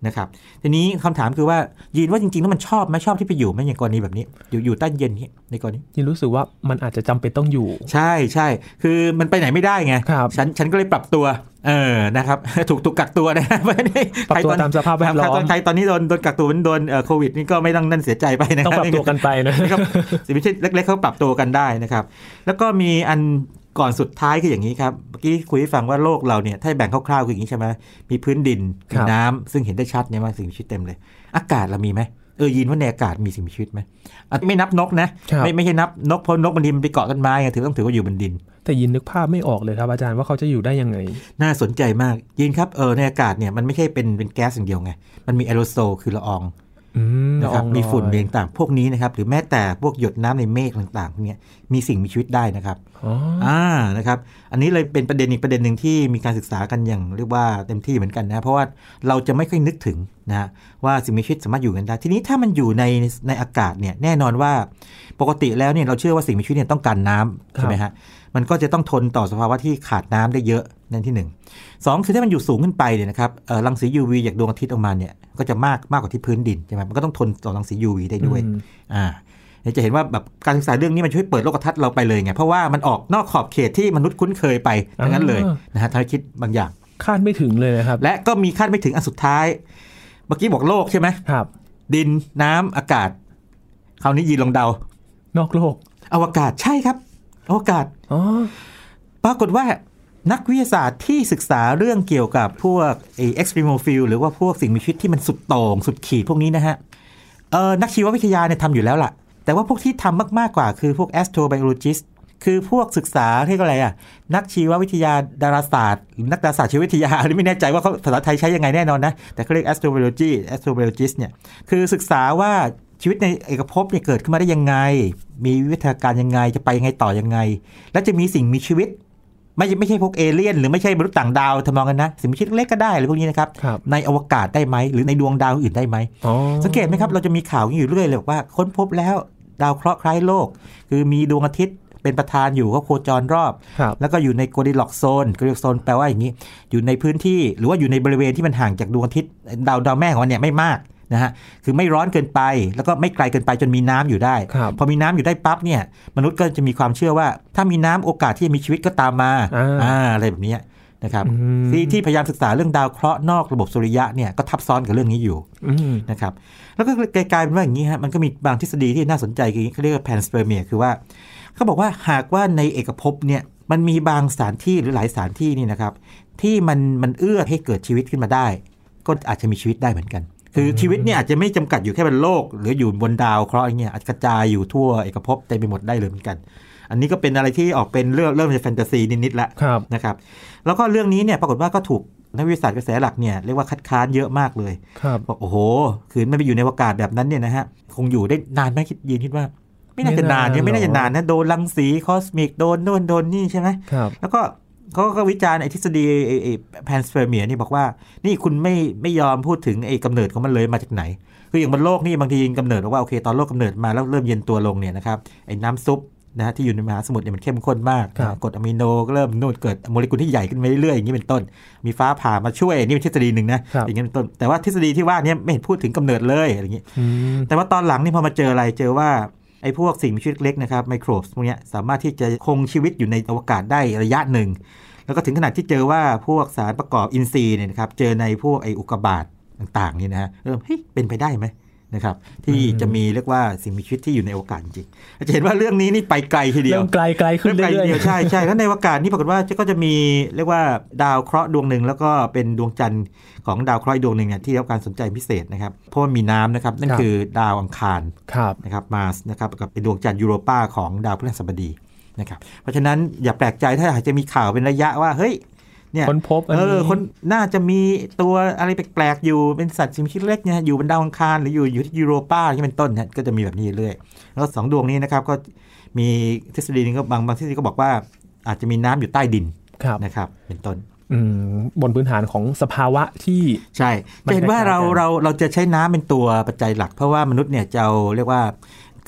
[SPEAKER 2] นะครับทีนี้คำถามคือว่ายีนว่าจริงๆแล้วมันชอบไหมชอบที่ไปอยู่ไหมอย่างกรณีแบบนี้ อยู่อยู่ใต้เย็นนี่ในกรณี
[SPEAKER 1] นี่รู้สึกว่ามันอาจจะจำเป็นต้องอยู่
[SPEAKER 2] ใช่ใช่คือมันไปไหนไม่ได้ไง
[SPEAKER 1] ครับ
[SPEAKER 2] ฉันฉันก็เลยปรับตัวเออนะครับ ถูกถูกกักตัวนะ ไม่ได้
[SPEAKER 1] ปรับตัว
[SPEAKER 2] ใคอน
[SPEAKER 1] ตามสภาพแวดล้อม
[SPEAKER 2] ใครตอนนี้โดนโดนกักตัวเหมันโดนเอ่อโควิดนี่ก็ไม่ต้องนั่นเสียใจไปนะค
[SPEAKER 1] ต้
[SPEAKER 2] รั
[SPEAKER 1] อบ งปรับตัวกันไปนะ
[SPEAKER 2] นะครับสิวิเชเล็กๆเขาปรับตัวกันได้นะครับ แล้วก็มีอันก่อนสุดท้ายคืออย่างนี้ครับ เมื่อกี้คุยให้ฟังว่าโลกเราเนี่ย ถ้าแบ่งคร่าวๆคืออย่างนี้ใช่ไหมมีพื้นดิน
[SPEAKER 1] ครั
[SPEAKER 2] มี
[SPEAKER 1] บ
[SPEAKER 2] น้ำซึ่งเห็นได้ชัดเนี่ยว่าสิ่งมีชีวิตเต็มเลย อากาศเรามีไหมเออยินว่าในอากาศมีสิ่งมีชีวิตไหมอ่ะไม่นับนกนะ
[SPEAKER 1] ครับ
[SPEAKER 2] ไม่ไม่ใช่นับนกเพราะนกบนดินมันไปเกาะต้นไม้ไงถือต้องถือว่าอยู่บนดิน
[SPEAKER 1] แต่ยินนึกภาพไม่ออกเลยครับอาจารย์ว่าเขาจะอยู่ได้ยังไง
[SPEAKER 2] น่าสนใจมากยินครับเออในอากาศเนี่ยมันไม่ใช่เป็นเป็นแก๊สอย่างเดียวไงมันมีแอโรโซลคือละออง
[SPEAKER 1] อืม
[SPEAKER 2] นะครับ
[SPEAKER 1] ละออง
[SPEAKER 2] มีฝุ่น
[SPEAKER 1] ลอย
[SPEAKER 2] มีต่างๆพวกนี้นะครับหรือแม้แต่พวกหยดน้ำในเมฆต่างๆพวกเนี้ยมีสิ่งมีชีวิตได้นะครับ
[SPEAKER 1] อ๋อ
[SPEAKER 2] อ่านะครับอันนี้เลยเป็นประเด็นอีกประเด็นหนึ่งที่มีการศึกษากันอย่างเรียกว่าเต็มที่เหมือนกันนะเพราะว่าเราจะไม่ค่อยนึกถึงนะฮะว่าสิ่งมีชีวิตสามารถอยู่กันได้ ทีนี้ถ้ามันอยู่ในในอากาศเนี่ยแน่นอนว่าปกติแล้วเนี่ยเราเชื่อว่าสิ่งมีชีวิตเนี่ยต้องการน้ำใช่ไหมฮะมันก็จะต้องทนต่อสภาวะที่ขาดน้ำได้เยอะนั่นที่หนึ่ง สองคือถ้ามันอยู่สูงขึ้นไปเนี่ยนะครับเอ่อรังสี UV จากดวงอาทิตย์ออกมาเนี่ยก็จะมากมากกว่าที่พื้นดินใช่ไหมมันก็ต้องทนต่อรังสี UV ได้ด้วย
[SPEAKER 1] อืม
[SPEAKER 2] อ่า เนี่ยจะเห็นว่าแบบการศึกษาเรื่องนี้มันช่วยเปิดโลกทัศน์เราไปเลยไงเพราะว่ามันออกนอกขอบเขตที่มนุษย์คุ้นเคยไปทั้งนั้นเลย
[SPEAKER 1] อ่า
[SPEAKER 2] นะฮะทำให้คิดบางอย่าง
[SPEAKER 1] คาดไม่ถึงเลยนะครับ
[SPEAKER 2] และก็มีคาดไม่ถึงอันสุดท้าย เมื่อกี้บอกโลกใช่ไหม
[SPEAKER 1] ครับ
[SPEAKER 2] ดินน้ำอากาศคราวนี้ยีนลองเดาน
[SPEAKER 1] อกโลก
[SPEAKER 2] อวกาศใช่ครับ อวกาศ
[SPEAKER 1] อ๋อ
[SPEAKER 2] ปรากฏว่านักวิทยาศาสตร์ที่ศึกษาเรื่องเกี่ยวกับพวกไอเอ็กซ์ตรีโมฟิลหรือว่าพวกสิ่งมีชีวิตที่มันสุดโต่งสุดขีดพวกนี้นะฮะเออนักชีววิทยาเนี่ยทำอยู่แล้วล่ะ แต่ว่าพวกที่ทำมาก ๆ กว่าคือพวก astrobiologist คือพวกศึกษาเรียกอะไรอ่ะ นักชีววิทยาดาราศาสตร์หรือนักดาราศาสตร์ชีววิทยา หรือไม่แน่ใจว่าเขาภาษาไทยใช้ยังไงแน่นอนนะ แต่เขาเรียก astrobiology astrobiologist เนี่ยคือศึกษาว่าชีวิตในเอกภพเนี่ยเกิดขึ้นมาได้ยังไง มีวิทยาการยังไงจะไปยังไงต่อยังไง และจะมีสิ่งมีชีวิต ไม่ใช่ไม่ใช่พวกเอเลี่ยน หรือไม่ใช่มนุษย์ต่างดาวทำนองกันนะ สิ่งมีชีวิตเล็กก็ได้อะไรพวกนี้นะครับ
[SPEAKER 1] ครับ
[SPEAKER 2] ในอวกาศได้ไหม หรือในดวงดาวอื่นได้ไหม
[SPEAKER 1] อ๋อ
[SPEAKER 2] สังเกตไหมครับ เราจะมีข่าวอยู่เรื่อยเลยบอกว่าค้นพบแล้วดาวเคราะห์คล้ายโลก คือมีดวงอาทิตย์เป็นประธานอยู่ก็โคจรรอบ
[SPEAKER 1] ครับ
[SPEAKER 2] แล้วก็อยู่ในโกดิล็อกโซนโกดิล็อกโซนแปลว่าอย่างนี้ อยู่ในพื้นที่หรือว่าอยู่ในบริเวณที่มันห่างจากดวงอาทิตย์ดาวดาวแม่ของมันเนี่ยไม่มากนะฮะคือไม่ร้อนเกินไป แล้วก็ไม่ไกลเกินไปจนมีน้ำอยู่ได้
[SPEAKER 1] ครับ
[SPEAKER 2] พอมีน้ำอยู่ได้ปั๊บเนี่ยมนุษย์ก็จะมีความเชื่อว่า ถ้ามีน้ำโอกาสที่จะมีชีวิตก็ตามมา
[SPEAKER 1] อ่า
[SPEAKER 2] อ่าอะไรแบบเนี้ยนะครับ
[SPEAKER 1] อืม
[SPEAKER 2] ที่ที่พยายามศึกษาเรื่องดาวเคราะห์นอกระบบสุริยะเนี่ยก็ทับซ้อนกับเรื่องนี้อยู่
[SPEAKER 1] อืม
[SPEAKER 2] นะครับแล้วก็กลายเป็นว่าอย่างนี้ฮะมันก็มีบางทฤษฎีที่น่าสนใจคือเขาเรียกว่าแพนสเปอร์เมียคือว่าเขาบอกว่าหากว่าในเอกภพเนี่ยมันมีบางสถานที่หรือหลายสถานที่นี่นะครับที่มันมันเอื้อให้เกิดชีวิตขึ้นมาได้ ก็อาจจะมีชีวิตได้เหมือนกัน คือชีวิตเนี่ยอาจจะไม่จำกัดอยู่แค่บนโลก หรืออยู่บนดาวเคราะห์อย่างเงี้ยอาจจะกระจายอยู่ทั่วเอกภพเต็มไปหมดได้เลยเหมือนกัน อันนี้ก็เป็นอะไรที่ออกเป็นเรื่องเริ่มจะแฟนตาซีนิดๆละ
[SPEAKER 1] ครับ
[SPEAKER 2] นะครับแล้วก็เรื่องนี้เนี่ยปรากฏว่าก็ถูกนักวิทยาศาสตร์กระแสหลักเนี่ยเรียกว่าคัดค้านเยอะมากเลย
[SPEAKER 1] ครับ
[SPEAKER 2] บอกโอ้โห คือไม่ไปอยู่ในอวกาศแบบนั้นเนี่ยนะฮะคงอยู่ได้นานไหมคิดยืนคิดว่า ไม่น่าจะนานเนี่ย
[SPEAKER 1] ไม่
[SPEAKER 2] ไม่
[SPEAKER 1] น่า
[SPEAKER 2] น่าจะนานนะโดนรังสีคอสมิกโดนโน่นโดนนี่ใช่ไหม
[SPEAKER 1] ครับ
[SPEAKER 2] แล้วก็เขาก็วิจารณ์ไอ้ทฤษฎีแพนสเฟอร์เมียนี่บอกว่า นี่คุณไม่ไม่ยอมพูดถึงไอ้กำเนิดของมันเลยมาจากไหน คืออย่างบนโลกนี่บางทีกำเนิดบอกว่าโอเคตอนโลกกำเนิดมาแล้วเริ่มเย็นตัวลงเนี่ยนะครับไอ้น้ำซุปนะฮะที่อยู่ในมหาสมุทรเนี่ยมันเข้มข้นมาก
[SPEAKER 1] ครับ
[SPEAKER 2] กรดอะมิโนก็เริ่มนู่นเกิดโมเลกุลที่ใหญ่ขึ้นไปเรื่อยๆอย่างนี้เป็นต้น มีฟ้าผ่ามาช่วยนี่เป็นทฤษฎีหนึ่งนะครับ อย่างนี้เป็นต้นแต่ว่าทฤษฎีที่ว่าเนี่ยไม่เห็นพูดถึงกำเนิดเลยอะไรอย่างนี้
[SPEAKER 1] อืม
[SPEAKER 2] แต่ว่าตอนหลังนี่พอมาเจออะไรเจอว่าไอ้พวกสิ่งมีชีวิตเล็กนะครับไมโครบพวกเนี้ยสามารถที่จะคงชีวิตอยู่ในอวกาศได้ระยะหนึ่ง แล้วก็ถึงขนาดที่เจอว่าพวกสารประกอบอินทรีย์เนี่ยนะครับเจอในพวกไอ้อุกกาบาตต่างๆนี่นะฮะเริ่มเฮ้ยเป็นไปได้ไหมนะครับที่
[SPEAKER 1] อืม
[SPEAKER 2] จะมีเรียกว่าสิ่งมีชีวิตที่อยู่ในอวกาศจริงๆจะเห็นว่าเรื่องนี้นี่ไปไกลทีเดีย
[SPEAKER 1] เริ่
[SPEAKER 2] ว
[SPEAKER 1] มไกลไกลขึ้น
[SPEAKER 2] เริ่มไกล
[SPEAKER 1] เรื่อย
[SPEAKER 2] เดียวใช่ใช่แล้วในอวกาศนี่ปรากฏว่าก็จะมีเรียกว่าดาวเคราะห์ดวงหนึ่งแล้วก็เป็นดวงจันทร์ของดาวเคราะห์อีกดวงหนึ่งเนี่ยที่ได้รับการสนใจพิเศษนะครับเพราะว่ามีน้ำนะครับนั่นคือดาวอังคาร
[SPEAKER 1] ๆครับ
[SPEAKER 2] นะครับมาร์สนะครับกับเป็นดวงจันทร์ยูโรปาของดาวพฤหัสบดีนะครับเพราะฉะนั้นอย่าแปลกใจถ้าอาจจะมีข่าวเป็นระยะว่าเฮ้ยเนี่ย
[SPEAKER 1] ค้นพบอัน
[SPEAKER 2] เอ
[SPEAKER 1] นี้
[SPEAKER 2] อคนน่าจะมีตัวอะไรแปลกๆ อยู่เป็นสัตว์ชิมชิดเล็กเนี่ยอยู่บนดาวอังคารหรืออยู่อยู่ที่ยูโรปาที่เป็นต้นเนี่ยก็จะมีแบบนี้เรื่อยแล้วสองดวงนี้นะครับก็มีทฤษฎีหนึงก็บางบางทฤษฎีก็บอกว่าอาจจะมีน้ำอยู่ใต้ดิน
[SPEAKER 1] ครับ
[SPEAKER 2] นะครับเป็นต้น
[SPEAKER 1] อืมบนพื้นฐานของสภาวะที่
[SPEAKER 2] ใช่
[SPEAKER 1] มัน
[SPEAKER 2] จะเห็นว่า
[SPEAKER 1] คล้ายๆ
[SPEAKER 2] เรา
[SPEAKER 1] กัน
[SPEAKER 2] เราเราจะใช้น้ำเป็นตัวปัจจัยหลัก เพราะว่ามนุษย์เนี่ยจะเอาเรียกว่า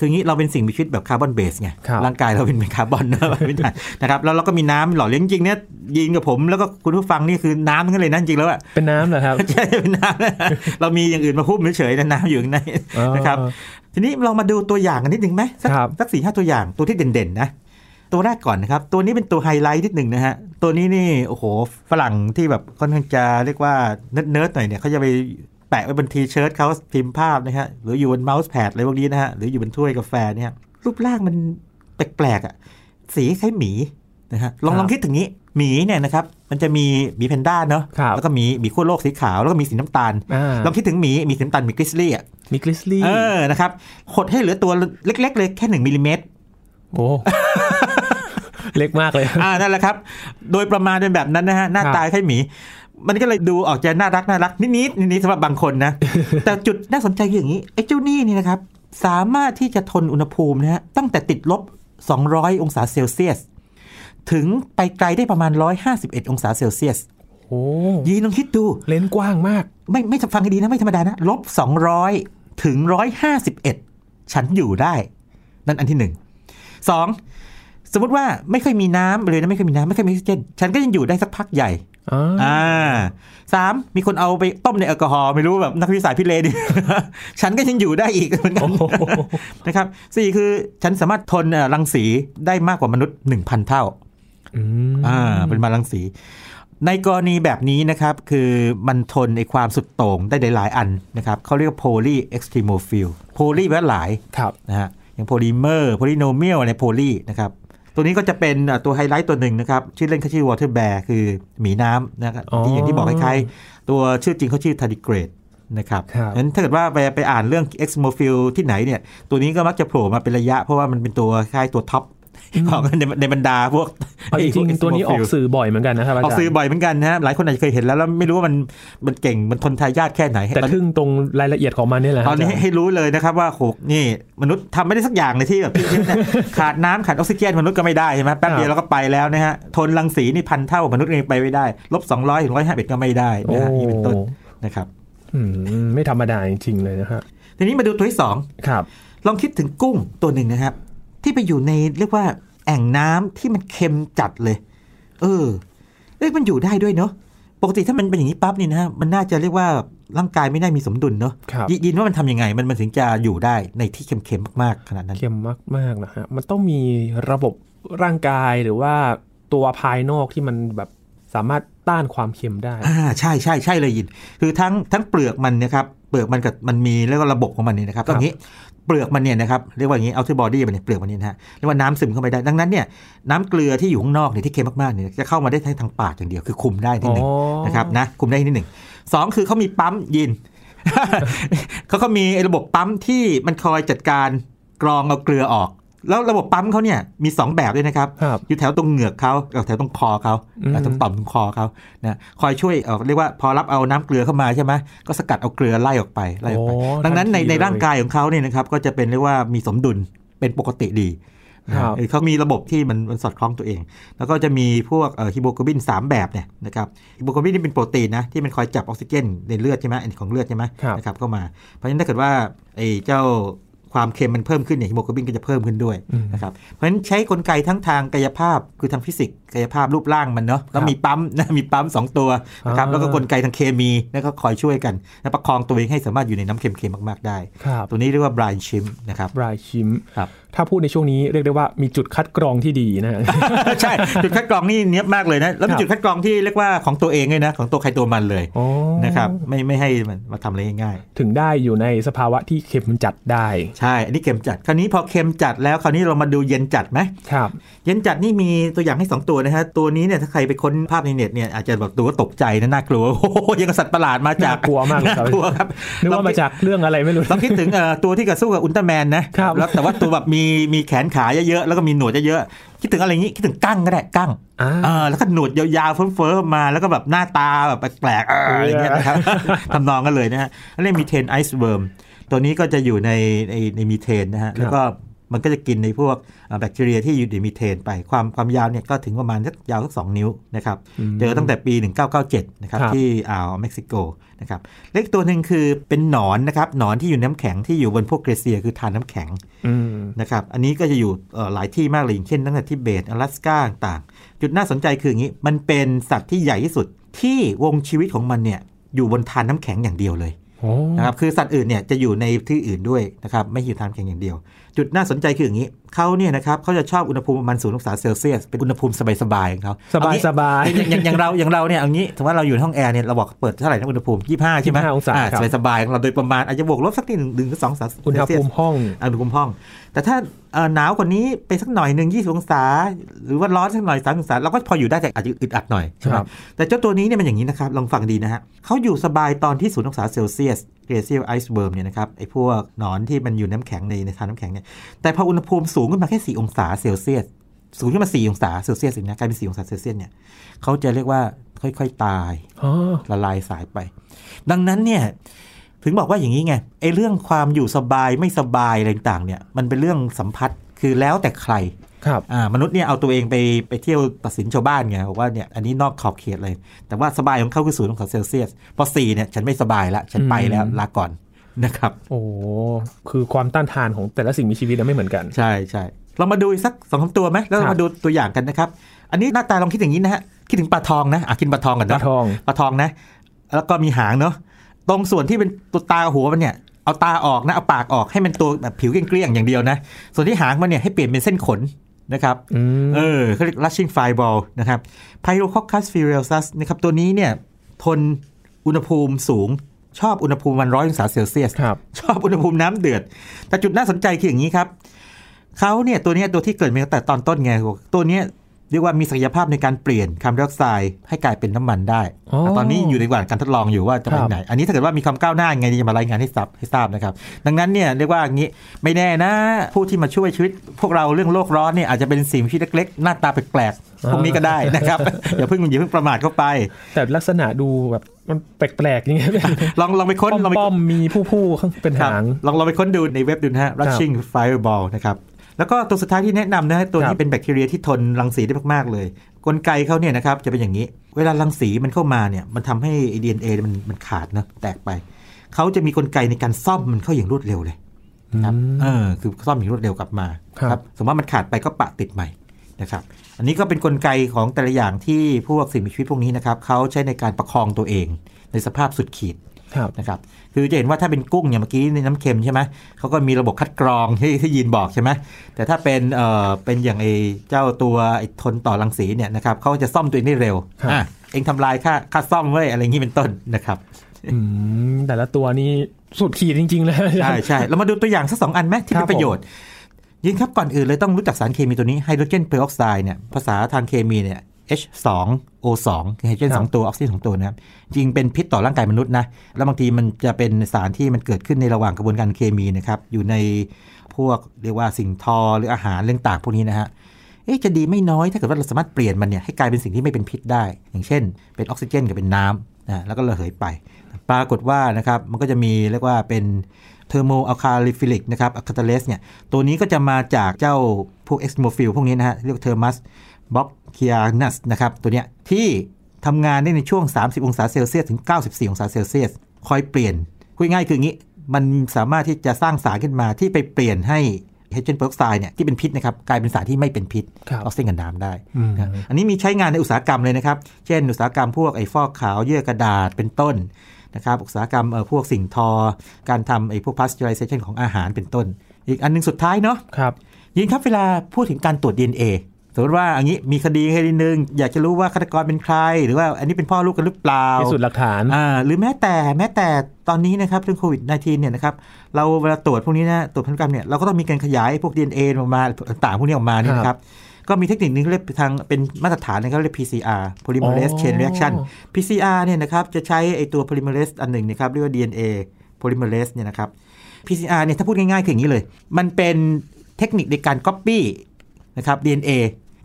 [SPEAKER 2] คืองี้เราเป็นสิ่งมีชีวิตแบบคาร์บอนเบสไง
[SPEAKER 1] ครับ
[SPEAKER 2] ร่างกายเราเป็นเป็นคาร์บอนนะ ไม่ได้นะครับแล้วเราก็มีน้ำหล่อเลี้ยงจริงๆเนี่ยยินกับผมแล้วก็คุณผู้ฟังนี่คือน้ำทั้งนั้นเลยนะจริงๆแล้วอะ
[SPEAKER 1] เป็นน้ำเหรอครับ
[SPEAKER 2] ใช่เป็นน้ำ เรามีอย่างอื่นมาพุ่มเฉยๆนะน้ำอยู่ข้างใน
[SPEAKER 1] อ๋อ
[SPEAKER 2] นะครับ ทีนี้ลองมาดูตัวอย่างกันนิดหนึ่งไหมสัก
[SPEAKER 1] ครับ
[SPEAKER 2] สักสี่ห้าตัวอย่างตัวที่เด่นๆนะ ตัวแรกก่อนนะครับ ตัวนี้เป็นตัวไฮไลท์นิดหนึ่งนะฮะ ตัวนี้นี่โอ้โหฝรั่งที่แบบค่อนข้างจะเรียกว่าเนิร์ดๆหน่อยเนี่ยเขาจะไปแปะไว้บนทีเชิร์ตเขาพิมพ์ภาพนะฮะหรืออยู่บนเมาส์แพดอะไรพวกนี้นะฮะหรืออยู่บนถ้วยกาแฟเนี่ยรูปร่างมันแปลกๆอ่ะสีคล้ายหมีนะฮะลองลองคิดถึงนี้หมีเนี่ยนะครับมันจะมีหมีแพนด้าเนาะ
[SPEAKER 1] ครับ
[SPEAKER 2] แล้วก็หมีหมีขั้วโลกสีขาวแล้วก็หมีสีน้ำตาล
[SPEAKER 1] อ่า
[SPEAKER 2] ลองคิดถึงหมีหมีสีน้ำตาลหมีกริซลี่อ่ะ
[SPEAKER 1] มีกริซลี่
[SPEAKER 2] เออ นะครับ หดให้เหลือตัวเล็ก ๆ เลยแค่ 1มิลลิเมตร
[SPEAKER 1] โอ้ เล็กมากเลย
[SPEAKER 2] อ่า นั่นแหละครับ โดยประมาณเป็นแบบนั้นนะฮะ หน้า
[SPEAKER 1] ครับ
[SPEAKER 2] ตาคล้ายหมี มันก็เลยดูออกจะน่ารักน่ารักนิดๆนิดๆสำหรับบางคนนะ แต่จุดน่าสนใจคืออย่างนี้ ไอ้เจ้านี่นี่นะครับ สามารถที่จะทนอุณหภูมินะฮะ ตั้งแต่ติดลบ 200 องศาเซลเซียส ถึงไปไกลได้ประมาณ 151 องศาเซลเซียส
[SPEAKER 1] โอ้
[SPEAKER 2] ยีนลองคิดดู
[SPEAKER 1] เลนส์กว้างมาก
[SPEAKER 2] ไม่ไม่ฟังให้ดีนะ ไม่ธรรมดานะลบ200 ถึง 151 ฉันอยู่ได้ นั่นอันที่หนึ่งสอง สมมติว่าไม่เคยมีน้ำเลยนะไม่เคยมีน้ำไม่เคยมีออกซิเจนฉันก็ยังอยู่ได้สักพักใหญ่
[SPEAKER 1] อ่า
[SPEAKER 2] อ่าสามมีคนเอาไปต้มในแอลกอฮอล์ไม่รู้แบบนักวิทยาศาสตร์พิเร น ฉันก็ยังอยู่ได้อีก เหมือนกัน
[SPEAKER 1] โอ้โห
[SPEAKER 2] นะครับสี่คือฉันสามารถทนเอ่อรังสีได้มากกว่ามนุษย์ 1,000 เท่า
[SPEAKER 1] อืม
[SPEAKER 2] อ่าปริมาณรังสี ในกรณีแบบนี้นะครับ คือมันทนไอความสุดโต่งได้หลายๆอันนะครับเขาเรียกว่า poly extremophile poly แปลว่าหลาย
[SPEAKER 1] ครับ
[SPEAKER 2] นะฮะอย่างโพลิเมอร์โพลิโนเมียลอะไรโพลีนะครับตัวนี้ก็จะเป็นอ่ะตัวไฮไลท์ตัวหนึ่งนะครับ ชื่อเล่นเขาชื่อวอเตอร์แบร์คือหมีน้ำนะครับที่อย่างที่บอกคล้ายๆ ตัวชื่อจริงเขาชื่อทาริเกรดนะครับ
[SPEAKER 1] ครับ
[SPEAKER 2] งั้นถ้าเกิดว่าไปไปอ่านเรื่อง e x m o p h i l ที่ไหนเนี่ย ตัวนี้ก็มักจะโผล่มาเป็นระยะ เพราะว่ามันเป็นตัวคล้ายตัวท็อปของ ในในบรรดาพวก
[SPEAKER 1] เอาจ
[SPEAKER 2] ไอ้พ
[SPEAKER 1] ริ
[SPEAKER 2] ก
[SPEAKER 1] งๆตัวนี้ออก
[SPEAKER 2] Extremophile
[SPEAKER 1] สื่อบ่อยเหมือนกันนะครับอา
[SPEAKER 2] ออก
[SPEAKER 1] จาร
[SPEAKER 2] สื่อ
[SPEAKER 1] ย์
[SPEAKER 2] บ่อยเหมือนกันนะฮะหลายคนอาจจะเคยเห็นแล้วแล้วไม่รู้ว่ามันมันเก่งมันทนทายาทแค่ไหน
[SPEAKER 1] แต่ทึ่งตรงรายละเอียดของมันเนี่ยแหละ
[SPEAKER 2] ตอนนี้
[SPEAKER 1] าจารย์
[SPEAKER 2] ให้รู้เลยนะครับว่าโหนี่มนุษย์ทำไม่ได้สักอย่างเลยที่ แบบที่เนี่ย ขาดน้ำขาดออกซิเจนมนุษย์ก็ไม่ได้ใช่ไหมแป๊บเดียวเราก็ไปแล้วนะฮะทนรังสีนี่พันเท่ามนุษย์เองไปไม่ได้ลบ200ถึง151ก็ไม่ได้นะฮะ
[SPEAKER 1] โอ้
[SPEAKER 2] นี่เป็นต้นนะครับ
[SPEAKER 1] อืมไม่ธรรมดาจริงๆเลยนะฮะ
[SPEAKER 2] ทีนี้มาดูตัวที่สอง
[SPEAKER 1] ครับ
[SPEAKER 2] ลองคิดถึงกุ้งตัวหนึ่งนะครับ ที่ไปอยู่ในเรียกว่าแอ่งน้ำที่มันเค็มจัดเลย เออเอ้ยมันอยู่ได้ด้วยเนาะปกติถ้ามันเป็นอย่างนี้ปั๊บนี่นะฮะมันน่าจะเรียกว่าร่างกายไม่ได้มีสมดุลเนาะ
[SPEAKER 1] ครับ
[SPEAKER 2] ยยินว่ามันทำยังไงมันมันถึงจะอยู่ได้ในที่เค็มๆมากๆขนาดนั้น
[SPEAKER 1] เข้มมากๆนะฮะมันต้องมีระบบร่างกายหรือว่าตัวภายนอกที่มันแบบสามารถต้านความเค็มได้
[SPEAKER 2] อ่าใช่ใช่ใช่เลยยิน คือทั้งทั้งเปลือกมันเนะครับเปลือกมันกับมันมีเรียกว่าระบบของมันเนี่ยนะครับ
[SPEAKER 1] ครับ
[SPEAKER 2] ตรงนี้เปลือกมันเนี่ยนะครับเรียกว่าอย่างนี้เอาที่บอดี้มันเนี่ยเปลือกมันเนี่ยนะฮะเรียกว่าน้ำซึมเข้าไปได้ดังนั้นเนี่ยน้ำเกลือที่อยู่ข้างนอกเนี่ยที่เค็มมากๆเนี่ยจะเข้ามาได้ทางทางปากอย่างเดียวคือคุมได้ทีหนึ่งนะครับนะคุมได้ทีหนึ่งสองคือเขามีปั๊มยิน เขาก็มีไอ้ระบบปั๊มที่มันคอยจัดการกรองเอาเกลือออก แล้วระบบปั๊มเขาเนี่ยมีสองแบบด้วยนะครับ
[SPEAKER 1] ครับ
[SPEAKER 2] อยู่แถวตรงเหงือกเขากับแถวตรงคอเขา
[SPEAKER 1] อืม
[SPEAKER 2] ตรงต่อมตรงคอเขานะคอยช่วยเอ่อเรียกว่าพอรับเอาน้ำเกลือเข้ามาใช่ไหมก็สกัดเอาเกลือไล่ออกไปไล่ออกไป
[SPEAKER 1] โอ้
[SPEAKER 2] ดังนั้นใน
[SPEAKER 1] ทัที
[SPEAKER 2] ในร่าง
[SPEAKER 1] เลย
[SPEAKER 2] กายของเขาเนี่ยนะครับก็จะเป็นเรียกว่ามีสมดุลเป็นปกติดีนะครับ เออเขามีระบบที่มันมันสอดคล้องตัวเอง แล้วก็จะมีพวกฮิโมโกลบิน 3 แบบเนี่ยนะครับฮิโมโกลบินนี่เป็นโปรตีนนะที่มันคอยจับออกซิเจนในเลือดใช่ไหมอันนี้ของเลือดใช่ไหม
[SPEAKER 1] ครับ
[SPEAKER 2] นะครับเข้ามาเพราะฉะนั้นถ้าเกิดว่าไอ้เจ้าความเค็มมันเพิ่มขึ้นเนี่ยฮิโมโกลบินก็จะเพิ่มขึ้นด้วย
[SPEAKER 1] อืม
[SPEAKER 2] นะครับเพราะฉะนั้นใช้กลไกทั้งทางกายภาพคือทางฟิสิกส์กายภาพรูปร่างมันเนาะแล้วมีปั๊ม นะมีปั๊ม 2 ตัวนะครับ
[SPEAKER 1] อ่า
[SPEAKER 2] แล้วก็กลไกทางเคมีนะก็คอยช่วยกันนะประคองตัวเองให้สามารถอยู่ในน้ำเค็มๆมากๆได้
[SPEAKER 1] ครับ
[SPEAKER 2] ตัวนี้เรียกว่าบรายชิมนะครับ
[SPEAKER 1] รายชิม
[SPEAKER 2] ครับ
[SPEAKER 1] ถ้าพูดในช่วงนี้เรียกได้ว่ามีจุดคัดกรองที่ดีนะ
[SPEAKER 2] ใช่ จุดคัดกรองนี่เนี้ยบมากเลยนะ แล้ว
[SPEAKER 1] ค
[SPEAKER 2] เป็น
[SPEAKER 1] รับ
[SPEAKER 2] จุดคัดกรองที่เรียกว่าของตัวเองเลยนะ ของตัวใครตัวมันเลย
[SPEAKER 1] โอ้
[SPEAKER 2] นะครับไม่ไม่ให้มันมาทำอะไรง่ายๆ
[SPEAKER 1] ถึงได้อยู่ในสภาวะที่เค็มจัดได้
[SPEAKER 2] ใช่ อันนี้เค็มจัด คราวนี้พอเค็มจัดแล้วคราวนี้เรามาดูเย็นจัดไหม
[SPEAKER 1] ครับ
[SPEAKER 2] เย็นจัดนี่มีตัวอย่างให้ 2 ตัวนะฮะ ตัวนี้เนี่ยถ้าใครไปค้นภาพในเน็ตเนี่ยอาจจะแบบตัวตกใจนะน่ากลัว โอ้โหยังกับสัตว์ประหลาดมาจาก
[SPEAKER 1] น่ากลัวมากเลยครับ
[SPEAKER 2] น่ากลัวครับ
[SPEAKER 1] นึกว่ามาจากเรื่องอะไรไม่รู้
[SPEAKER 2] เราคิดถึงเอ่อตัวที่กับสู้กับอุลตร้าแมนนะครับ แล้วแต่ว่าตัวแบบมีมีแขนขาเยอะๆแล้วก็มีหนวดเยอะๆคิดถึงอะไรอย่างงี้คิดถึงกั้งก็ได้กั้ง
[SPEAKER 1] อ่า
[SPEAKER 2] เออแล้วก็หนวดยาวๆเฟ้อๆมาแล้วก็แบบหน้าตาแบบแปลกๆเอออะไรอย่างเงี้ยนะครับ ทำนองกันเลยนะฮะแล้วเรียกมีเทนไอซ์เวิร์มตัวนี้ก็จะอยู่ในในในมีเทนนะ
[SPEAKER 1] ครั
[SPEAKER 2] ฮะ
[SPEAKER 1] บ
[SPEAKER 2] แล้วก็มันก็จะกินในพวกอ่าแบคทีเรียที่อยู่ในมีเทนไป ความความยาวเนี่ยก็ถึงประมาณสักยาวสักสองนิ้วนะครับ
[SPEAKER 1] ม
[SPEAKER 2] เจอตั้งแต่ปี 1997 นะครับ
[SPEAKER 1] ครับ
[SPEAKER 2] ที่อ่าวเม็กซิโกนะครับ เล็กตัวหนึ่งคือเป็นหนอนนะครับ หนอนที่อยู่ในน้ำแข็งที่อยู่บนพวกเกรเซียคือทานน้ำแข็ง
[SPEAKER 1] อืม
[SPEAKER 2] นะครับ อันนี้ก็จะอยู่เอ่อหลายที่มากเลยอย่างเช่นตั้งแต่ทิเบตอลาสก้าต่างๆ จุดน่าสนใจคืออย่างนี้ มันเป็นสัตว์ที่ใหญ่ที่สุดที่วงชีวิตของมันเนี่ยอยู่บนทานน้ำแข็งอย่างเดียวเลย
[SPEAKER 1] โอ้
[SPEAKER 2] นะครับ คือสัตว์อื่นเนี่ยจะอยู่ในที่อื่นด้วยนะครับ ไม่อยู่ทานน้ำแข็งอย่างเดียว จุดน่าสนใจคืออย่างนี้เขาเนี่ยนะครับเขาจะชอบอุณหภูมิประมาณศูนย์องศาเซลเซียส เป็นอุณหภูมิสบายๆของเขา
[SPEAKER 1] สบาย
[SPEAKER 2] เองี้
[SPEAKER 1] สบาย
[SPEAKER 2] อย่างอย่างอย่างเราอย่างเราเนี่ยเอางี้ถือว่าเราอยู่ในห้องแอร์เนี่ยเราบอกเปิดเท่าไหร่นะอุณหภูมิ25ใช่ไหม
[SPEAKER 1] 25องศาครับ
[SPEAKER 2] สบายๆของเราโดยประมาณอาจจะบวกลบสักนิดหนึ่งหนึ่งถึงสององศาเซลเซียส
[SPEAKER 1] อุณหภูมิห้อง
[SPEAKER 2] อุณหภูมิห้อง แต่ถ้าเอ่อหนาวกว่านี้ไปสักหน่อยหนึ่ง20 องศา หรือว่าร้อนสักหน่อย3องศาเราก็พออยู่ได้แต่อาจจะอึดอัดหน่อยใช่ไหม
[SPEAKER 1] ครับ
[SPEAKER 2] แต่เจ้าตัวนี้เนี่ยมันอย่างนี้นะครับ ลองฟังดีนะฮะเขาอยู่สบายตอนที่0องศาเซลเซียสเกรเซียลไอซ์เบิร์มเนี่ยนะครับไอ้พวกหนอนที่มันอยู่น้ำแข็งในในทานน้ำแข็งเนี่ยแต่พออุณหภูมิสูงขึ้นมาแค่ 4 องศาเซลเซียสสูงขึ้นมา4องศาเซลเซียสอีกนะกลายเป็น4องศาเซลเซียสเนี่ยเขาจะเรียกว่าค่อย ๆ ตาย
[SPEAKER 1] อ๋อ
[SPEAKER 2] ละลายสายไป ดังนั้นเนี่ยถึงบอกว่าอย่างนี้ไงไอ้เรื่องความอยู่สบายไม่สบายอะไรต่างๆเนี่ยมันเป็นเรื่องสัมพัทธ์คือแล้วแต่ใคร
[SPEAKER 1] ครับ
[SPEAKER 2] อ่ามนุษย์เนี่ยเอาตัวเองไปไปเที่ยวตัดสินชาวบ้านไงบอกว่าเนี่ยอันนี้นอกขอบเขตเลย แต่ว่าสบายของเขาคือศูนย์องศาเซลเซียสพอสี่เนี่ยฉันไม่สบายละฉันไปแล้ว
[SPEAKER 1] อืม
[SPEAKER 2] ลาก่อนนะครับ
[SPEAKER 1] โอ้ คือความต้านทานของแต่ละสิ่งมีชีวิตเนี่ยไม่เหมือนกัน
[SPEAKER 2] ใช่ใช่ ลองมาดูอีกสักสองสามตัวไหมแล้ว
[SPEAKER 1] ครับ
[SPEAKER 2] มาดูตัวอย่างกันนะครับ อันนี้หน้าตาลองคิดอย่างนี้นะฮะคิดถึงปลาทองนะอ่ะกินปลาทองก่อน
[SPEAKER 1] ป
[SPEAKER 2] เน
[SPEAKER 1] ลา
[SPEAKER 2] อะ
[SPEAKER 1] ทอง
[SPEAKER 2] ปลาทองนะ แล้วก็มีหางเนาะตรงส่วนที่เป็นตัวตากับหัวมันเนี่ยเอาตาออกนะเอาปากออกให้มันตัวแบบผิวเกลี้ยงๆอย่างเดียวนะ ส่วนที่หางมันเนี่ยให้เปลี่ยนเป็นเส้นขนนะครับ
[SPEAKER 1] อืม
[SPEAKER 2] เออเขาเรียก rushing fireball นะครับ pyrococcus furiosus นะครับ ตัวนี้เนี่ย ทนอุณหภูมิสูง ชอบอุณหภูมิวันร้อยองศาเซลเซียส
[SPEAKER 1] ครับ
[SPEAKER 2] ชอบอุณหภูมิน้ำเดือด แต่จุดน่าสนใจคืออย่างนี้ครับ เขาเนี่ยตัวเนี้ยตัวที่เกิดมาตั้งแต่ตอนต้นไงบอกตัวเนี้ยเรียกว่ามีศักยภาพในการเปลี่ยนคาร์บอนไดออกไซด์ให้กลายเป็นน้ำมันได้
[SPEAKER 1] อ๋อ
[SPEAKER 2] ตอนนี้อยู่ในระหว่างการทดลองอยู่ว่าจะไป
[SPEAKER 1] ครับ
[SPEAKER 2] ไหน อันนี้ถ้าเกิดว่ามีความก้าวหน้ายังไงจะมารายงานให้ทราบให้ทราบนะครับ ดังนั้นเนี่ยเรียกว่าอย่างนี้ไม่แน่นะ ผู้ที่มาช่วยชีวิต พวกเราเรื่องโลกร้อนเนี่ยอาจจะเป็นสิ่งที่เล็กๆ หน้าตาแปลกๆพวกนี้ก็ได้ นะครับ อย่าเพิ่งอย่าเพิ่งประมาทเข้าไป
[SPEAKER 1] แต่ลักษณะดูแบบมันแปลกๆอย่างเงี้ ย
[SPEAKER 2] ลองลองไปค้นลองไป
[SPEAKER 1] ป้อมๆมีผู้ผู้ๆข้างเป็น
[SPEAKER 2] ครับ
[SPEAKER 1] หาง
[SPEAKER 2] ลองลองไปค้นดูในเว็บดูนะฮะ rushing fireball นะครับ แล้วก็ตัวสุดท้ายที่แนะนำนะฮะตัว
[SPEAKER 1] ครั
[SPEAKER 2] นี้
[SPEAKER 1] บ
[SPEAKER 2] เป็นแบคทีเรียที่ทนรังสีได้มาก ๆ เลย กลไกเขาเนี่ยนะครับ จะเป็นอย่างนี้ เวลารังสีมันเข้ามาเนี่ย มันทำให้ DNA มันมันขาดเนอะแตกไป เขาจะมีกลไกในการซ่อมมันเข้าอย่างรวดเร็วเลย ครับ
[SPEAKER 1] อืม
[SPEAKER 2] เออคือซ่อมอย่างรวดเร็วกลับมา
[SPEAKER 1] ครับ
[SPEAKER 2] สมมติว่ามันขาดไปก็ปะติดใหม่นะครับ อันนี้ก็เป็นกลไกของแต่ละอย่างที่พวกสิ่งมีชีวิตพวกนี้นะครับเขาใช้ในการประคองตัวเอง ในสภาพสุดขีด
[SPEAKER 1] ครับ
[SPEAKER 2] นะครับคือจะเห็นว่าถ้าเป็นกุ้งเนี่ยเมื่อกี้ในน้ำเค็มใช่ไหมเขาก็มีระบบคัดกรอง ที่ที่ยีนบอกใช่ไหมแต่ถ้าเป็นเอ่อเป็นอย่างไอ้เจ้าตัวไอ้ทนต่อรังสีเนี่ยนะครับเขาจะซ่อมตัวเองได้เร็ว
[SPEAKER 1] ครับ
[SPEAKER 2] อ่ะเองทำลายค่าค่าซ่อมเว้ยอะไรอย่างนี้เป็นต้นนะครับ
[SPEAKER 1] อืมแต่ละตัวนี้สุดขีดจริงๆเลย
[SPEAKER 2] ใช่ ใช่เรามาดูตัวอย่างสักสองอันไหมที่
[SPEAKER 1] ครั
[SPEAKER 2] เป็
[SPEAKER 1] บ
[SPEAKER 2] นประโยชน์ ยินครับก่อนอื่นเลยต้องรู้จักสารเคมีตัวนี้ไฮโดรเจนเปอร์ออกไซด์เนี่ยภาษาทางเคมีเนี่ย H2O2 ไฮโดรเจนสองตัวออกซิเจนสองตัวนะครับจริงเป็นพิษต่อร่างกายมนุษย์นะ แล้วบางทีมันจะเป็นสารที่มันเกิดขึ้นในระหว่างกระบวนการเคมีนะครับ อยู่ในพวกเรียกว่าสิ่งทอหรืออาหารเรื่องต่างพวกนี้นะฮะ เอ๊ะจะดีไม่น้อยถ้าเกิดว่าเราสามารถเปลี่ยนมันเนี่ยให้กลายเป็นสิ่งที่ไม่เป็นพิษได้ อย่างเช่น เป็นออกซิเจนกับเป็นน้ำนะแล้วก็ระเหยไป ปรากฏว่านะครับมันก็จะมีเรียกว่าเป็นเทอร์โมอะคาลิฟิลิกนะครับอะคาตาเลสเนี่ยตัวนี้ก็จะมาจากเจ้าพวกเอ็กซ์โมฟิลพวกนี้นะฮะเรียกเทอร์มัสบ็อกเคียนัสนะครับตัวเนี้ยที่ทำงานได้ในช่วง 30 องศาเซลเซียสถึง 94 องศาเซลเซียสคอยเปลี่ยนคุยง่ายๆคืออย่างนี้ มันสามารถที่จะสร้างสารขึ้นมาที่ไปเปลี่ยนให้ไฮโดรเจนเปอร์ออกไซด์เนี่ยที่เป็นพิษนะครับกลายเป็นสารที่ไม่เป็นพิษ
[SPEAKER 1] ครับ
[SPEAKER 2] ออกซิเจนกับน้ำได้
[SPEAKER 1] อืม
[SPEAKER 2] นะอันนี้มีใช้งานในอุตสาหกรรมเลยนะครับ เช่น อุตสาหกรรมพวกไอ้ฟอกขาวเยื่อกระดาษเป็นต้นนะครับ อุตสาหกรรมเอ่อพวกสิ่งทอ การทำไอ้พวก pasteurization ของอาหารเป็นต้น อีกอันหนึงสุดท้ายเนาะ
[SPEAKER 1] ครับ
[SPEAKER 2] ยินครับเวลาพูดถึงการตรวจ DNA สมมติว่าอันนี้มีคดีคดีหนึ่งอยากจะรู้ว่าฆาตกรเป็นใคร หรือว่าอันนี้เป็นพ่อลูกกันหรือเปล่า
[SPEAKER 1] พิสูจน์หลักฐาน
[SPEAKER 2] อ่าหรือแม้แต่แม้แต่ตอนนี้นะครับเรื่องโควิด -19 เนี่ยนะครับเราเวลาตรวจพวกนี้นะตรวจพันธุกรรมเนี่ยเราก็ต้องมีการขยายพวก DNA ออกมาต่างๆพวกนี้ออกมาเนี่ยนะครับก็มีเทคนิคนึงเรียกทางเป็นมาตรฐานนะครับเรียก PCR
[SPEAKER 1] อ๋
[SPEAKER 2] polymerase
[SPEAKER 1] อ
[SPEAKER 2] chain reaction PCR เนี่ยนะครับจะใช้ไอตัว polymerase อันหนึ่งนะครับเรียกว่า DNA polymerase เนี่ยนะครับ PCR เนี่ยถ้าพูดง่ายๆคืออย่างนี้เลย มันเป็นเทคนิคในการ copy นะครับ DNA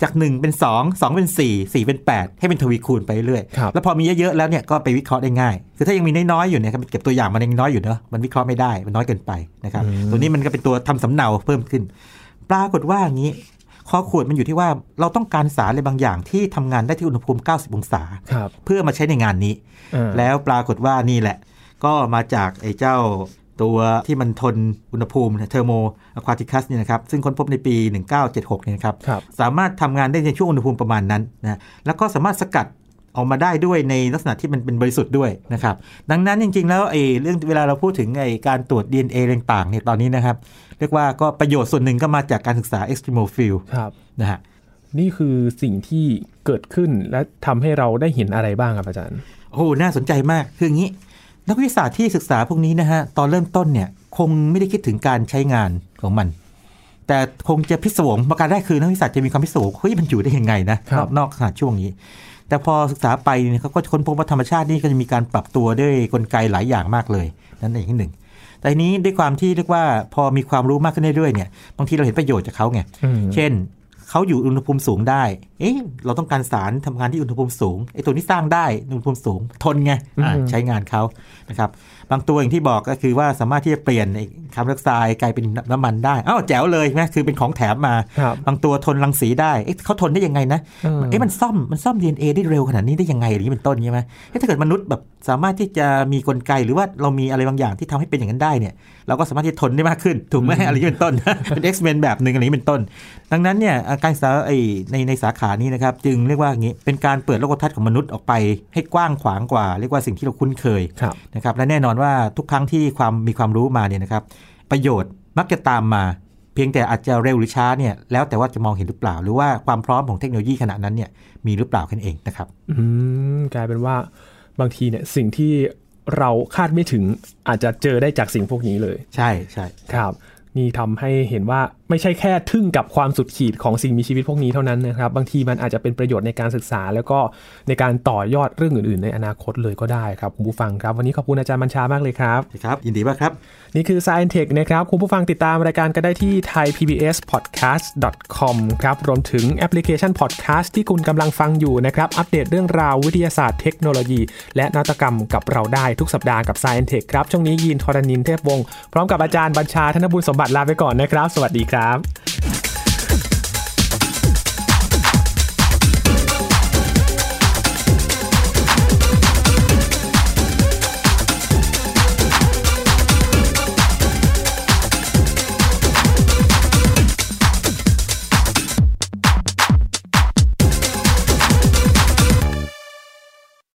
[SPEAKER 2] จาก 1 เป็น 2 2 เป็น 4 4 เป็น 8 ให้เป็นทวีคูณไปเรื่อย
[SPEAKER 1] ครับ
[SPEAKER 2] แล้วพอมีเยอะๆแล้วเนี่ยก็ไปวิเคราะห์ได้ง่าย คือถ้ายังมีน้อยๆอยู่เนี่ยครับเก็บตัวอย่างมันยังน้อยอยู่เนอะมันวิเคราะห์ไม่ได้ มันน้อยเกินไปนะครับ ตัวนี้มันก็เป็นตัวทำสำเนาเพิ่มขึ้น ปรากฏว่าอย่างนี้ ข้อขวดมันอยู่ที่ว่าเราต้องการสารอะไรบางอย่างที่ทำงานได้ที่อุณหภูมิ 90 องศา
[SPEAKER 1] ครับ
[SPEAKER 2] เพื่อมาใช้ในงานนี้
[SPEAKER 1] อ่า
[SPEAKER 2] แล้วปรากฏว่านี่แหละ ก็มาจากไอ้เจ้าตัวที่มันทนอุณหภูมิเทอร์โมอะควาติคัสเนี่ยนะครับ ซึ่งค้นพบในปี 1976เนี่ยนะครับ
[SPEAKER 1] ครับ
[SPEAKER 2] สามารถทำงานได้ในช่วงอุณหภูมิประมาณนั้นนะแล้วก็สามารถสกัดออกมาได้ด้วยในลักษณะที่มันเป็นบริสุทธิ์ด้วยนะครับ ดังนั้นจริง ๆ แล้วไอ้เรื่องเวลาเราพูดถึงไอ้การตรวจ DNA อะไรต่างๆเนี่ยตอนนี้นะครับ เรียกว่าก็ประโยชน์ส่วนหนึ่งก็มาจากการศึกษา extremophile
[SPEAKER 1] ครับ
[SPEAKER 2] นะฮะ
[SPEAKER 1] นี่คือสิ่งที่เกิดขึ้นและทำให้เราได้เห็นอะไรบ้างครับอาจารย์
[SPEAKER 2] โอ้โหน่าสนใจมาก คืออย่างนี้ นักวิทยาศาสตร์ที่ศึกษาพวกนี้นะฮะ ตอนเริ่มต้นเนี่ย คงไม่ได้คิดถึงการใช้งานของมัน แต่คงจะพิศวงประการแรกคือนักวิทยาศาสตร์จะมีความพิศวงเฮ้ยมันอยู่ได้ยังไงนะครับ นอกขนาดช่วงนี้ แต่พอศึกษาไปเนี่ยเขาก็ค้นพบว่าธรรมชาตินี่ก็จะมีการปรับตัวด้วยกลไกหลายอย่างมากเลย นั่นเองที่หนึ่ง แต่ทีนี้ด้วยความที่เรียกว่าพอมีความรู้มากขึ้นเรื่อยๆเนี่ย บางทีเราเห็นประโยชน์จากเขาไง
[SPEAKER 1] อืม
[SPEAKER 2] เช่น เขาอยู่อุณหภูมิสูงได้ เอ๊ะ เราต้องการสารทำงานที่อุณหภูมิสูง ไอ้ตัวนี้สร้างได้อุณหภูมิสูง ทนไงอ่ะ
[SPEAKER 1] อืม
[SPEAKER 2] ใช้งานเขานะครับ บางตัวอย่างที่บอกก็คือว่าสามารถที่จะเปลี่ยนไอ้คาร์บอนไดออกไซด์กลายเป็นน้ำมันได้ อ้าวแจ๋วเลยนะคือเป็นของแถมมา
[SPEAKER 1] ครับ
[SPEAKER 2] บางตัวทนรังสีได้ เอ๊ะเขาทนได้ยังไงนะ
[SPEAKER 1] อืม
[SPEAKER 2] เอ๊ะมันซ่อม มันซ่อม DNA ได้เร็วขนาดนี้ได้ยังไงหรือย่างนี้เป็นต้นใช่ไหมเอ๊ะถ้าเกิดมนุษย์แบบ สามารถที่จะมีกลไกหรือว่าเรามีอะไรบางอย่างที่ทำให้เป็นอย่างนั้นได้เนี่ยเราก็สามารถที่จะทนได้มากขึ้นถูกไหมอะไรอย่างนี้เป็นต้น เป็น X-Men แบบหนึ่งอะไรอย่างนี้เป็นต้น ดังนั้นเนี่ยการศึกษาไอ้ในในสาขานี้นะครับจึงเรียกว่าอย่างนี้เป็นการเปิดโลกทัศน์ของมนุษย์ออกไป ให้กว้างขวางกว่า เรียกว่าสิ่งที่เราคุ้นเคย
[SPEAKER 1] ครับ
[SPEAKER 2] นะครับและแน่นอนว่าทุกครั้งที่ความมีความรู้มาเนี่ยนะครับ ประโยชน์มักจะตามมา เพียงแต่อาจจะเร็วหรือช้าเนี่ยแล้วแต่ว่าจะมองเห็นหรือเปล่า หรือว่าความพร้อมของเทคโนโลยีขณะนั้นเนี่ยมีหรือเปล่าแค่นั้นเองนะครับ
[SPEAKER 1] อืมกลายเป็นว่าบางทีเนี่ยสิ่งที่เราคาดไม่ถึงอาจจะเจอได้จากสิ่งพวกนี้เลย
[SPEAKER 2] ใช่ใช่
[SPEAKER 1] ครับนี่ทำให้เห็นว่าไม่ใช่แค่ทึ่งกับความสุดขีดของสิ่งมีชีวิตพวกนี้เท่านั้นนะครับ บางทีมันอาจจะเป็นประโยชน์ในการศึกษา แล้วก็ในการต่อยอดเรื่องอื่น ๆ ในอนาคตเลยก็ได้ครับคุณผู้ฟังครับ วันนี้ขอบคุณอาจารย์บัญชามากเลยครับ
[SPEAKER 2] ครับยินดีมากครับ
[SPEAKER 1] นี่คือ Science Tech นะครับ คุณผู้ฟังติดตามรายการก็ได้ที่ thaipbspodcast.com ครับรวมถึงแอปพลิเคชัน podcast ที่คุณกำลังฟังอยู่นะครับ อัปเดตเรื่องราววิทยาศาสตร์เทคโนโลยี และนวัตกรรมกับเราได้ทุกสัปดาห์กับ Science Tech ครับ ช่วงนี้ยีนทรณินเทพวงศ์พร้อมกับอาจารย์บัญชาธนบุญสมบัติลาไปก่อนนะครับ สวัสดีครับ